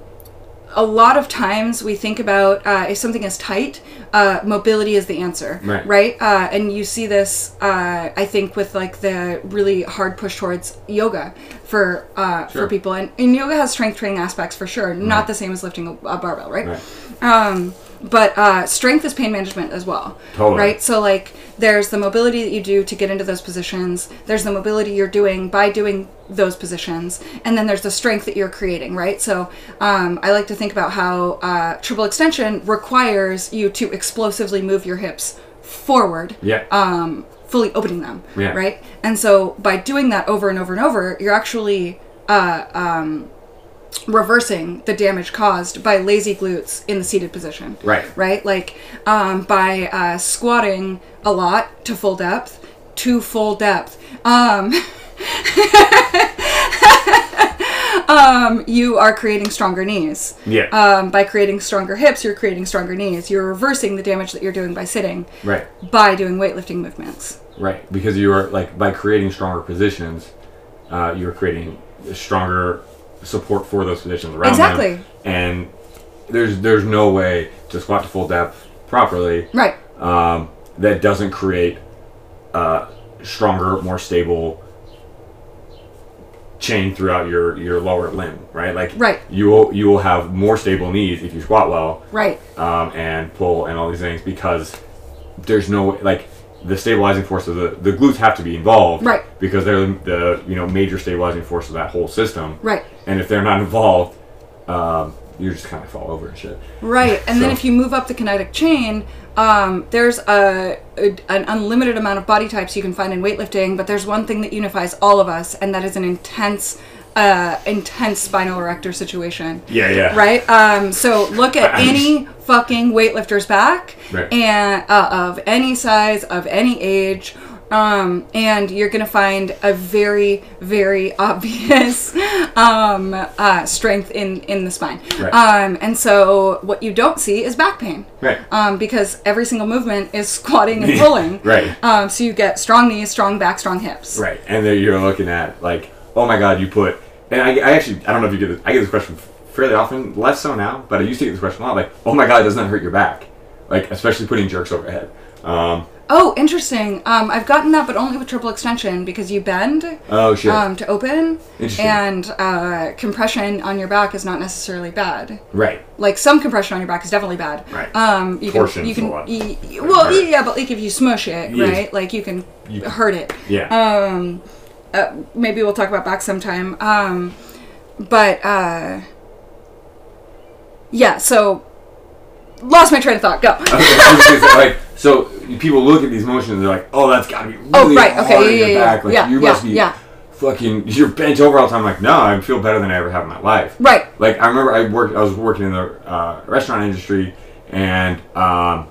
a lot of times we think about uh, if something is tight, uh, mobility is the answer, Right. Uh, and you see this, uh, I think, with like the really hard push towards yoga for uh, for Sure. people, and, and yoga has strength training aspects for sure, not the same as lifting a, a barbell, right? Right. Um, but uh, strength is pain management as well Totally. right so like there's the mobility that you do to get into those positions there's the mobility you're doing by doing those positions and then there's the strength that you're creating right so um, i like to think about how uh, triple extension requires you to explosively move your hips forward Yeah. um, fully opening them Yeah. right and so by doing that over and over and over you're actually uh, um, reversing the damage caused by lazy glutes in the seated position. Right. Right? Like um, by uh, squatting a lot to full depth, to full depth. Um, um, you are creating stronger knees. Yeah. Um, by creating stronger hips, you're creating stronger knees. You're reversing the damage that you're doing by sitting, right. by doing weightlifting movements. Right. Because you are like by creating stronger positions, uh, you're creating stronger support for those positions around Exactly. them. And there's there's no way to squat to full depth properly Right. um, that doesn't create uh, stronger, more stable chain throughout your, your lower limb, right? Like Right. you will you will have more stable knees if you squat well Right. um, and pull and all these things because there's no like the stabilizing force of the the glutes have to be involved Right. because they're the you know major stabilizing force of that whole system Right. and if they're not involved um, you just kind of fall over and shit Right, and then So- if you move up the kinetic chain, um, there's a, a- an unlimited amount of body types you can find in weightlifting, but there's one thing that unifies all of us, and that is an intense, uh, intense spinal erector situation. yeah yeah Right. Um, so look at any fucking weightlifter's back, Right. and uh, of any size, of any age, um, and you're gonna find a very, very obvious um, uh, strength in in the spine. Right. Um, and so what you don't see is back pain. Right. Um, because every single movement is squatting and pulling. Right. Um, so you get strong knees, strong back, strong hips. Right, and then you're looking at like, oh my God, you put. And I, I actually, I don't know if you get this. I get this question fairly often, less so now, but I used to get this question a lot. Like, oh my God, doesn't that hurt your back? Like, especially putting jerks overhead. Um, Oh, interesting. Um, I've gotten that, but only with triple extension because you bend. oh shit. um, to open, Interesting. and uh, compression on your back is not necessarily bad. right. Like some compression on your back is definitely bad. Right. Um, you Torsion's can, you can, a lot. y- y- well, Hurt. yeah, but like if you smush it, Yeah. right? Like you can You- hurt it. Yeah. Um, uh, maybe we'll talk about back sometime. Um, but uh, yeah, so lost my train of thought. Go. Okay, I was gonna say, like, so people look at these motions and they're like, oh, that's got to be really Oh, right, hard okay, on yeah, your yeah, back. yeah, Like, yeah, you must yeah, be yeah. fucking. You're bent over all the time. Like, no, I feel better than I ever have in my life. Right. Like I remember, I worked. I was working in the uh, restaurant industry, and um,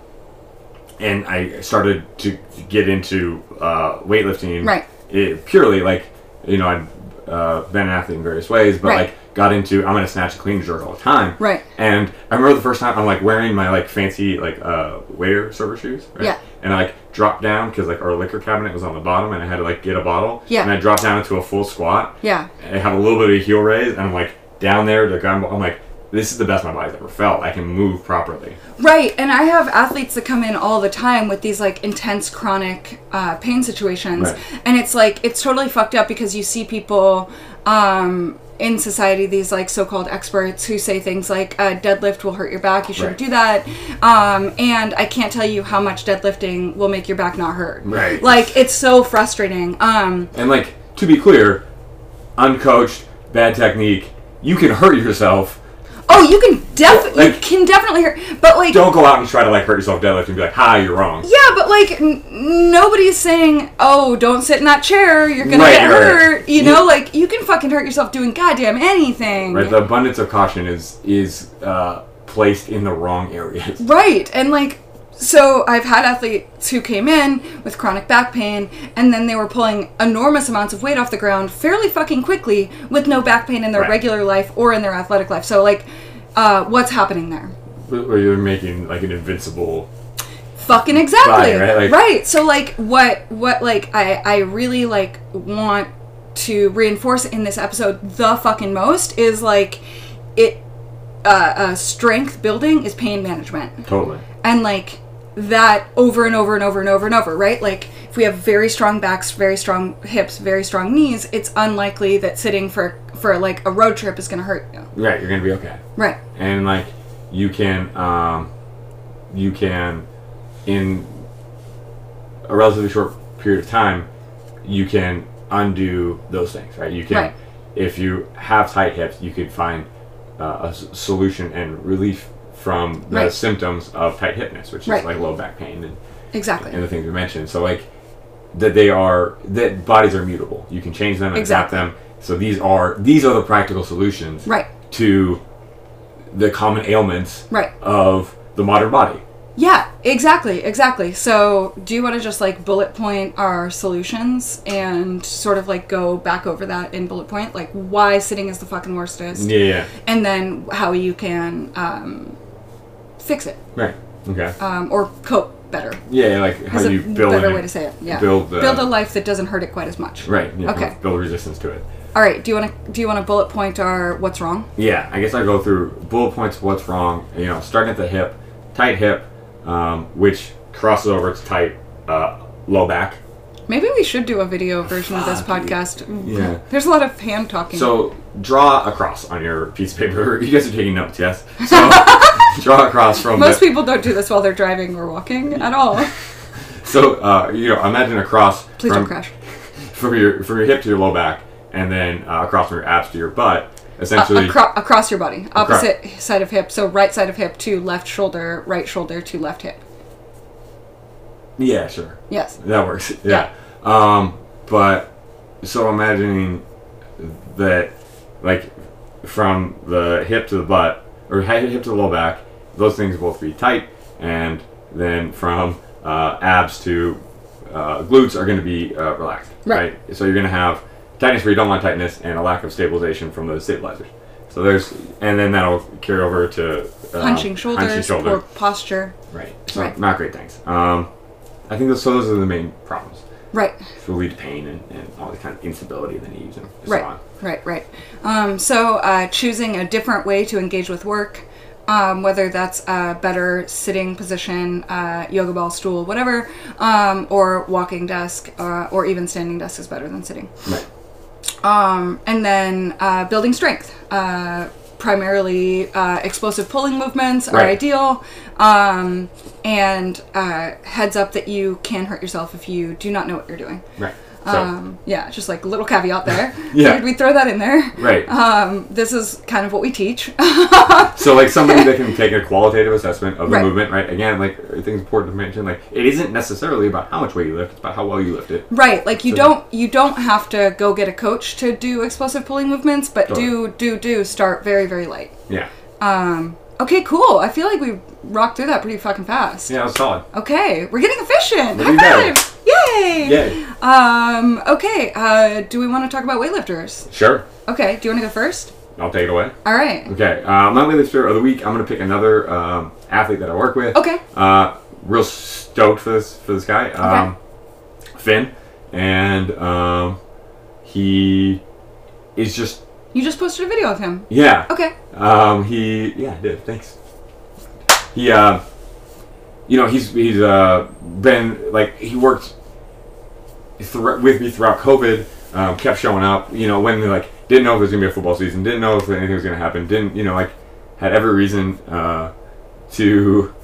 and I started to get into uh, weightlifting. Right. It, purely like you know I'd uh, been an athlete in various ways, but Right. like got into I'm gonna snatch a clean jerk all the time. Right. And I remember the first time I'm like wearing my like fancy like uh, waiter server shoes. Right? Yeah. And I like dropped down because like our liquor cabinet was on the bottom, and I had to like get a bottle. Yeah. And I dropped down into a full squat. Yeah. I have a little bit of a heel raise, and I'm like down there. Like I'm, I'm like, this is the best my body's ever felt. I can move properly. Right, and I have athletes that come in all the time with these like intense chronic uh, pain situations, Right. and it's like it's totally fucked up because you see people um, in society, these like so-called experts who say things like uh, deadlift will hurt your back, you shouldn't Right. do that, um, and I can't tell you how much deadlifting will make your back not hurt. Right. like it's so frustrating. Um, And like to be clear, uncoached, bad technique, you can hurt yourself. oh, you can def you Like- can definitely hurt, but like Don't go out and try to like hurt yourself deadlift and be like, ha, you're wrong. Yeah, but like n- nobody's saying, "Oh, don't sit in that chair. You're gonna Right, get right. hurt." You know, You- like you can fucking hurt yourself doing goddamn anything. Right. The abundance of caution is is uh, placed in the wrong areas. Right, and like so I've had athletes who came in with chronic back pain and then they were pulling enormous amounts of weight off the ground fairly fucking quickly with no back pain in their Right. regular life or in their athletic life. So like uh, what's happening there? Where you're making like an invincible. fucking exactly Right, right, like- so like what what like i i really like want to reinforce in this episode the fucking most is like it uh, uh strength building is pain management Totally. and like that over and over and over and over and over, right? Like if we have very strong backs, very strong hips, very strong knees, it's unlikely that sitting for for like a road trip is going to hurt you. Right. You're gonna be okay. Right. and like you can um you can, in a relatively short period of time, you can undo those things, right? You can, Right. if you have tight hips, you could find uh, a s- solution and relief from the Right. symptoms of tight hipness, which is Right. like low back pain and Exactly. and the things we mentioned. So like that they are that bodies are mutable. You can change them and Exactly. adapt them. So these are these are the practical solutions Right. to the common ailments Right. of the modern body. Yeah, exactly, exactly. So, do you want to just like bullet point our solutions and sort of like go back over that in bullet point, like why sitting is the fucking worstest, Yeah, yeah. and then how you can um, fix it Right. Okay. um, or cope better? yeah, yeah, like how Is you a build better an- way to say it. Yeah. build, uh, build a life that doesn't hurt it quite as much. Right. Yeah, Okay. Build resistance to it. All right. Do you want to do you want to bullet point our what's wrong? Yeah, I guess I go through bullet points. What's wrong? You know, starting at the hip, tight hip, um, which crosses over to tight uh, low back. Maybe we should do a video version of this podcast. Yeah. There's a lot of hand talking. So draw a cross on your piece of paper. You guys are taking notes, yes? So draw a cross from most the, people don't do this while they're driving or walking at all. so uh, you know imagine a cross Please from, don't crash. from your from your hip to your low back, and then uh, across from your abs to your butt. Essentially, Acro- across your body, opposite side of hip. So right side of hip to left shoulder, right shoulder to left hip. yeah, sure, Yes. that works. Yeah, Um, but so imagining that like from the hip to the butt or he- hip to the low back, those things both be tight, and then from uh, abs to uh, glutes are going to be uh, relaxed, Right. So you're going to have tightness where you don't want tightness, and a lack of stabilization from those stabilizers. So there's, and then that'll carry over to uh, Hunching shoulders, hunching shoulder. poor posture. right? So Right. not great things. Um, I think those, so. Those are the main problems. Right, Which will lead to pain and, and all the kind of instability in the knees and so right, on. right, right. Um, so uh, choosing a different way to engage with work, um, whether that's a better sitting position, uh, yoga ball, stool, whatever, um, or walking desk, uh, or even standing desk is better than sitting. Right. Um, and then uh, building strength. Uh, primarily uh, explosive pulling movements are Right. ideal. Um, and uh, heads up that you can hurt yourself if you do not know what you're doing. Right. So, Um, yeah, just like a little caveat there. Yeah. Figured we'd throw that in there. right. Um, this is kind of what we teach. so, like somebody that can take a qualitative assessment of the Right. movement, right? Again, like I think it's important to mention, like it isn't necessarily about how much weight you lift; it's about how well you lift it. right, like you So- don't you don't have to go get a coach to do explosive pulling movements, but do do do start very very light. Yeah. Um, okay, cool. I feel like we rocked through that pretty fucking fast. Yeah, it's solid. Okay, we're getting efficient. There High you go. five! Yay! Yay. Um, okay, uh, do we want to talk about weightlifters? Sure. Okay, do you want to go first? I'll take it away. All right. Okay. Uh, my weightlifter of the week. I'm gonna pick another um, athlete that I work with. Okay. Uh, real stoked for this for this guy, um, Finn, and um, he is just You just posted a video of him. yeah. Okay. Um, he yeah, I did. Thanks. He uh, you know, he's he's uh been like he worked thr with me throughout COVID. Um, kept showing up. You know, when like didn't know if there was gonna be a football season, didn't know if anything was gonna happen, didn't you know like had every reason uh to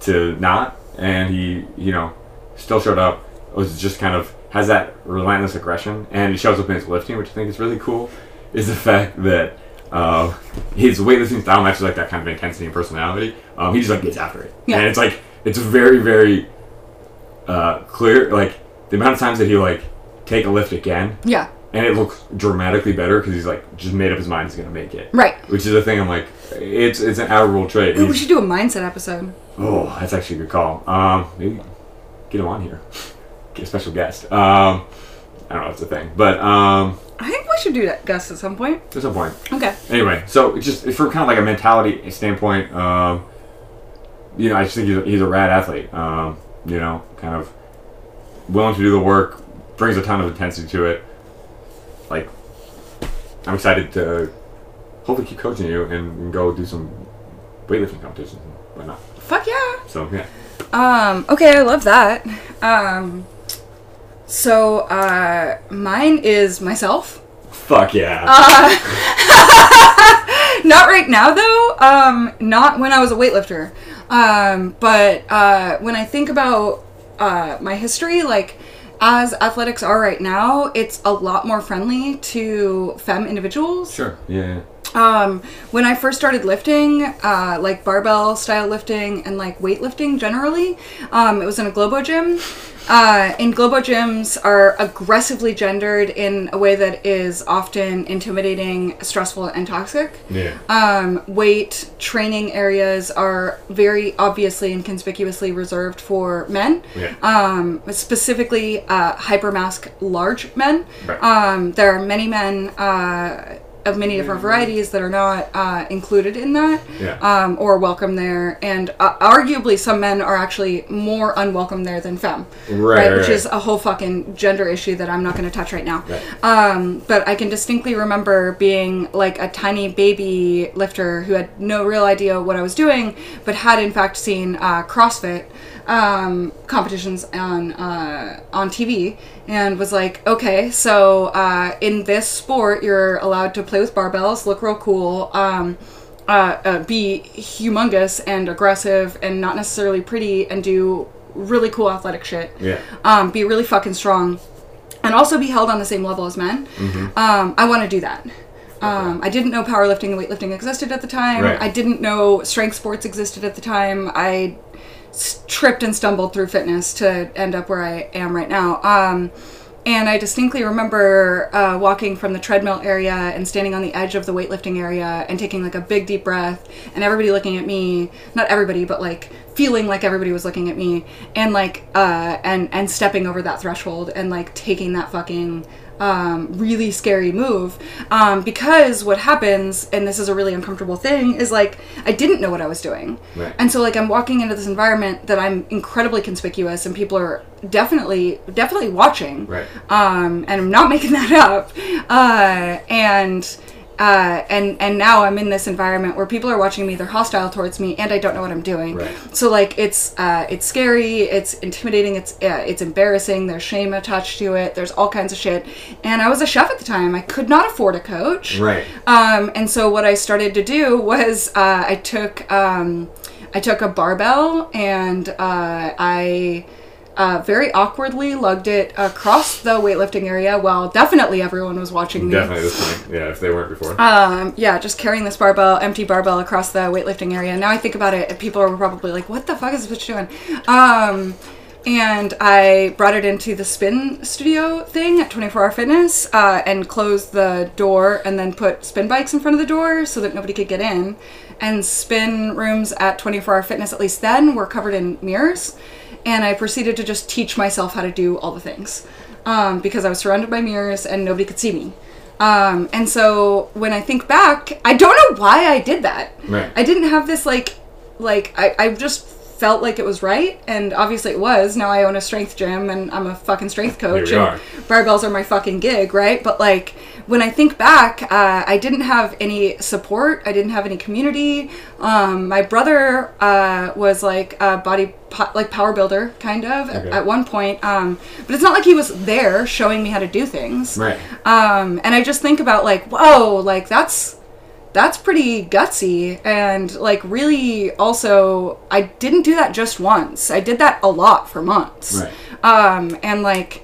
to not, and he you know still showed up. Was just kind of has that relentless aggression, and it shows up in his lifting, which I think is really cool. Is the fact that uh, his weightlifting style matches like that kind of intensity and personality. Um, he just like gets after it, Yeah. and it's like it's very very uh, clear. Like the amount of times that he like take a lift again, Yeah. and it looks dramatically better because he's like just made up his mind he's gonna make it. Right. Which is the thing I'm like, it's it's an admirable trait. Ooh, we He's- should do a mindset episode. Oh, that's actually a good call. Um, maybe get him on here. Get a special guest. Um, I don't know if it's a thing, but um, I think we should do that, Gus, at some point. there's no point. Okay. Anyway, so it's just from kind of like a mentality standpoint, um, you know, I just think he's a, he's a rad athlete. Um, you know, kind of willing to do the work, brings a ton of intensity to it. Like, I'm excited to hopefully keep coaching you and, and go do some weightlifting competitions and whatnot. Fuck yeah. So yeah, Um, okay, I love that. Um, so, uh, mine is myself. fuck yeah. Not right now, though. um, not when I was a weightlifter, um, but uh, when I think about uh, my history, like as athletics are right now, it's a lot more friendly to femme individuals. Sure. Yeah. Um, when I first started lifting, uh, like barbell style lifting and like weightlifting generally, um, it was in a Globo gym. Uh, and Globo gyms are aggressively gendered in a way that is often intimidating, stressful, and toxic. Yeah. Um, weight training areas are very obviously and conspicuously reserved for men, Yeah. um, specifically uh, hypermask large men. Right. Um, there are many men uh, of many different varieties that are not uh, included in that Yeah. um, or welcome there. And uh, arguably, some men are actually more unwelcome there than femme. Right, right, right. Which is a whole fucking gender issue that I'm not going to touch right now. Right. Um, but I can distinctly remember being like a tiny baby lifter who had no real idea what I was doing, but had in fact seen uh, CrossFit um, competitions on uh, on TV, and was like, okay, so uh, in this sport, you're allowed to play with barbells, look real cool. Um, uh, uh, be humongous and aggressive and not necessarily pretty and do really cool athletic shit yeah. um, be really fucking strong, and also be held on the same level as men. Mm-hmm. Um, I want to do that. Um, I didn't know powerlifting and weightlifting existed at the time. Right. I didn't know strength sports existed at the time. I s- tripped and stumbled through fitness to end up where I am right now. Um, and I distinctly remember uh, walking from the treadmill area and standing on the edge of the weightlifting area and taking like a big deep breath and everybody looking at me, not everybody, but like feeling like everybody was looking at me and like uh, and and stepping over that threshold and like taking that fucking um, really scary move um, because what happens and this is a really uncomfortable thing is like i didn't know what i was doing Right. and so like i'm walking into this environment that i'm incredibly conspicuous and people are definitely definitely watching Right. um, and I'm not making that up. Uh, and uh, and and now I'm in this environment where people are watching me. They're hostile towards me, and I don't know what I'm doing. Right. So like it's uh, it's scary. It's intimidating. It's uh, it's embarrassing. There's shame attached to it. There's all kinds of shit. And I was a chef at the time. I could not afford a coach. Right. Um, and so what I started to do was uh, I took um, I took a barbell and uh, I uh, very awkwardly lugged it across the weightlifting area while definitely everyone was watching me. Definitely this point. Yeah, if they weren't before. Um, yeah, just carrying this barbell, empty barbell across the weightlifting area. Now I think about it, people are probably like, "What the fuck is this bitch doing?" Um, and I brought it into the spin studio thing at 24 Hour Fitness uh, and closed the door and then put spin bikes in front of the door so that nobody could get in. And spin rooms at 24 Hour Fitness, at least then, were covered in mirrors. And I proceeded to just teach myself how to do all the things um, because I was surrounded by mirrors and nobody could see me. Um, and so when I think back, I don't know why I did that. Right. I didn't have this like, like I, I just felt like it was right, and obviously it was. Now I own a strength gym and I'm a fucking strength coach. Here we and Barbells are my fucking gig, right? But like when I think back, uh, I didn't have any support. I didn't have any community. Um, my brother uh, was like a body po- like power builder kind of at, Okay. at one point, um, but it's not like he was there showing me how to do things right. um, and I just think about like, whoa, like that's that's pretty gutsy, and like really also, I didn't do that just once. I did that a lot for months, um, and like.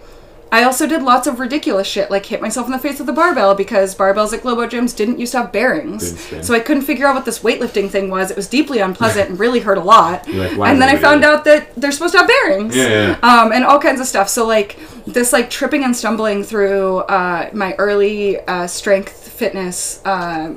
I also did lots of ridiculous shit, like hit myself in the face with a barbell because barbells at Globo gyms didn't used to have bearings. Didn't spin. So I couldn't figure out what this weightlifting thing was. It was deeply unpleasant and really hurt a lot. You're like, why and then I did we do found that? out that they're supposed to have bearings Yeah, yeah. um, and all kinds of stuff. So like this, like tripping and stumbling through uh, my early uh, strength fitness. Uh,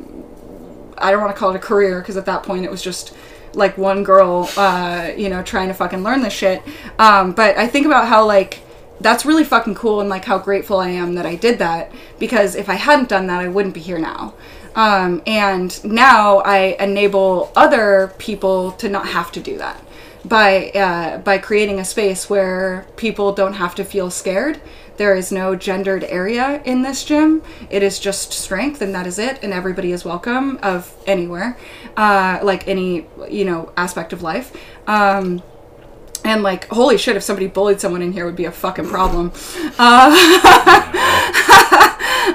I don't want to call it a career because at that point it was just like one girl, uh, you know, trying to fucking learn this shit. Um, but I think about how like that's really fucking cool and like how grateful I am that I did that because if I hadn't done that, I wouldn't be here now. Um, and now I enable other people to not have to do that by uh, by creating a space where people don't have to feel scared. There is no gendered area in this gym. It is just strength, and that is it. And everybody is welcome of anywhere, uh, like any you know aspect of life. Um, and like, holy shit! If somebody bullied someone in here, it would be a fucking problem.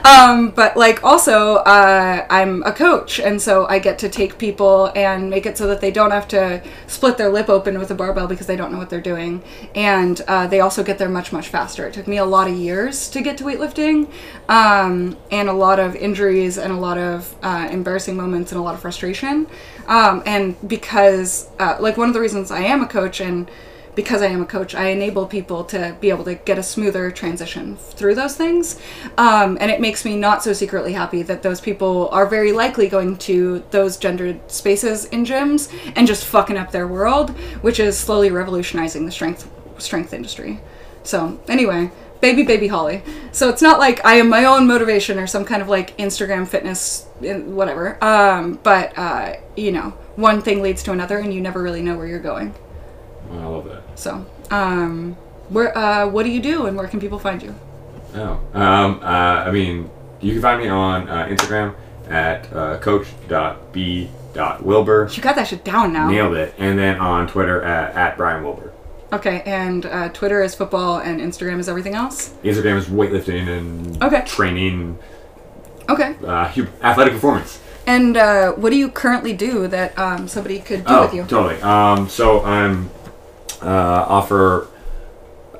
um, but like also, uh, I'm a coach, and so I get to take people and make it so that they don't have to split their lip open with a barbell because they don't know what they're doing, and uh, they also get there much much faster. It took me a lot of years to get to weightlifting, um, and a lot of injuries and a lot of uh, embarrassing moments and a lot of frustration, um, and because uh, like one of the reasons I am a coach and because I am a coach, I enable people to be able to get a smoother transition through those things. Um, and it makes me not so secretly happy that those people are very likely going to those gendered spaces in gyms and just fucking up their world, which is slowly revolutionizing the strength strength industry. So anyway, baby baby Holly. So it's not like I am my own motivation or some kind of like Instagram fitness in- whatever. Um, but uh, you know, one thing leads to another, and you never really know where you're going. Oh, I love that. So, um, where, uh, what do you do and where can people find you? Oh, um, uh, I mean, you can find me on uh, Instagram at uh, coach.b.wilbur. You got that shit down now. Nailed it. And then on Twitter at, at Brian Wilbur. Okay, and uh, Twitter is football and Instagram is everything else. Instagram is weightlifting and Okay. training, Okay. uh, hu- athletic performance. And uh, what do you currently do that um, somebody could do Oh, with you? totally. Um, so I'm uh, offer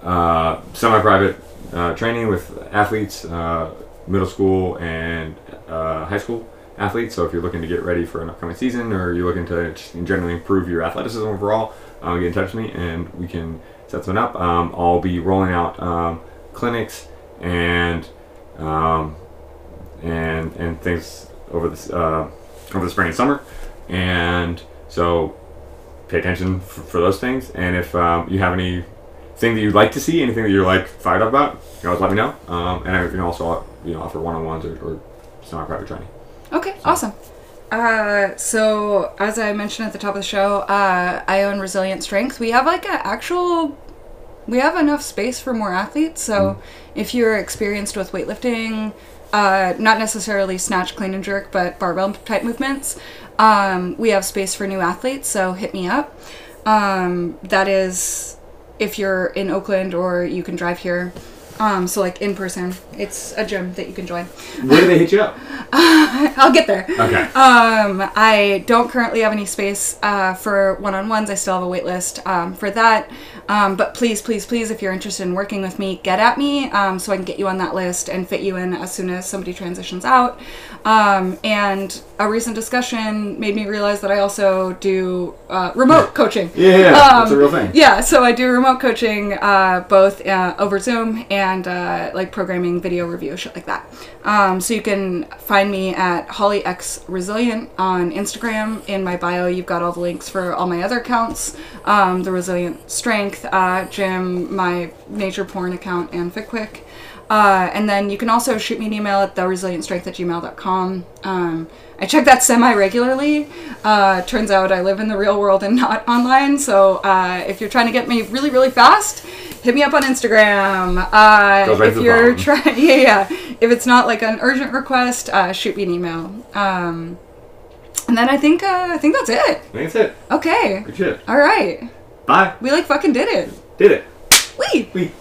uh, semi-private uh, training with athletes, uh, middle school and uh, high school athletes. So if you're looking to get ready for an upcoming season, or you're looking to just generally improve your athleticism overall, uh, get in touch with me and we can set something up. Um, I'll be rolling out um, clinics and um, and and things over this uh, over the spring and summer, and so pay attention for, for those things. And if um, you have any thing that you'd like to see, anything that you're like fired up about, you can always let me know. Um, and I can also you know offer one on ones or, or semi-private training. Okay, awesome. Uh, so as I mentioned at the top of the show, uh, I own Resilient Strength. We have like an actual, we have enough space for more athletes. So if you're experienced with weightlifting, uh, not necessarily snatch, clean and jerk, but barbell type movements, um, we have space for new athletes. So hit me up. Um, that is if you're in Oakland or you can drive here. Um, so like in person, it's a gym that you can join. Where do they hit you up? I'll get there. Okay. Um, I don't currently have any space uh, for one on ones. I still have a wait list um, for that. Um, but please, please, please, if you're interested in working with me, get at me um, so I can get you on that list and fit you in as soon as somebody transitions out. Um, and a recent discussion made me realize that I also do uh, remote coaching. Yeah, yeah, yeah. That's a real thing. um, Yeah, so I do remote coaching uh, both uh, over Zoom and uh, like programming, video review, shit like that. Um, so you can find me at Holly X Resilient on Instagram. In my bio, you've got all the links for all my other accounts um, the Resilient Strength, uh, Gym, my Nature Porn account, and FitQuick. Uh, and then you can also shoot me an email at theresilientstrength at gmail.com. Um, I check that semi regularly. Uh, turns out I live in the real world and not online. So uh, if you're trying to get me really, really fast, hit me up on Instagram. Uh, Goes right if to the you're bottom. trying, yeah, yeah. If it's not like an urgent request, uh, shoot me an email. Um, and then I think uh, I think that's it. I think that's it. Okay. Good shit. All right. Bye. We like fucking did it. Did it. Wee. We.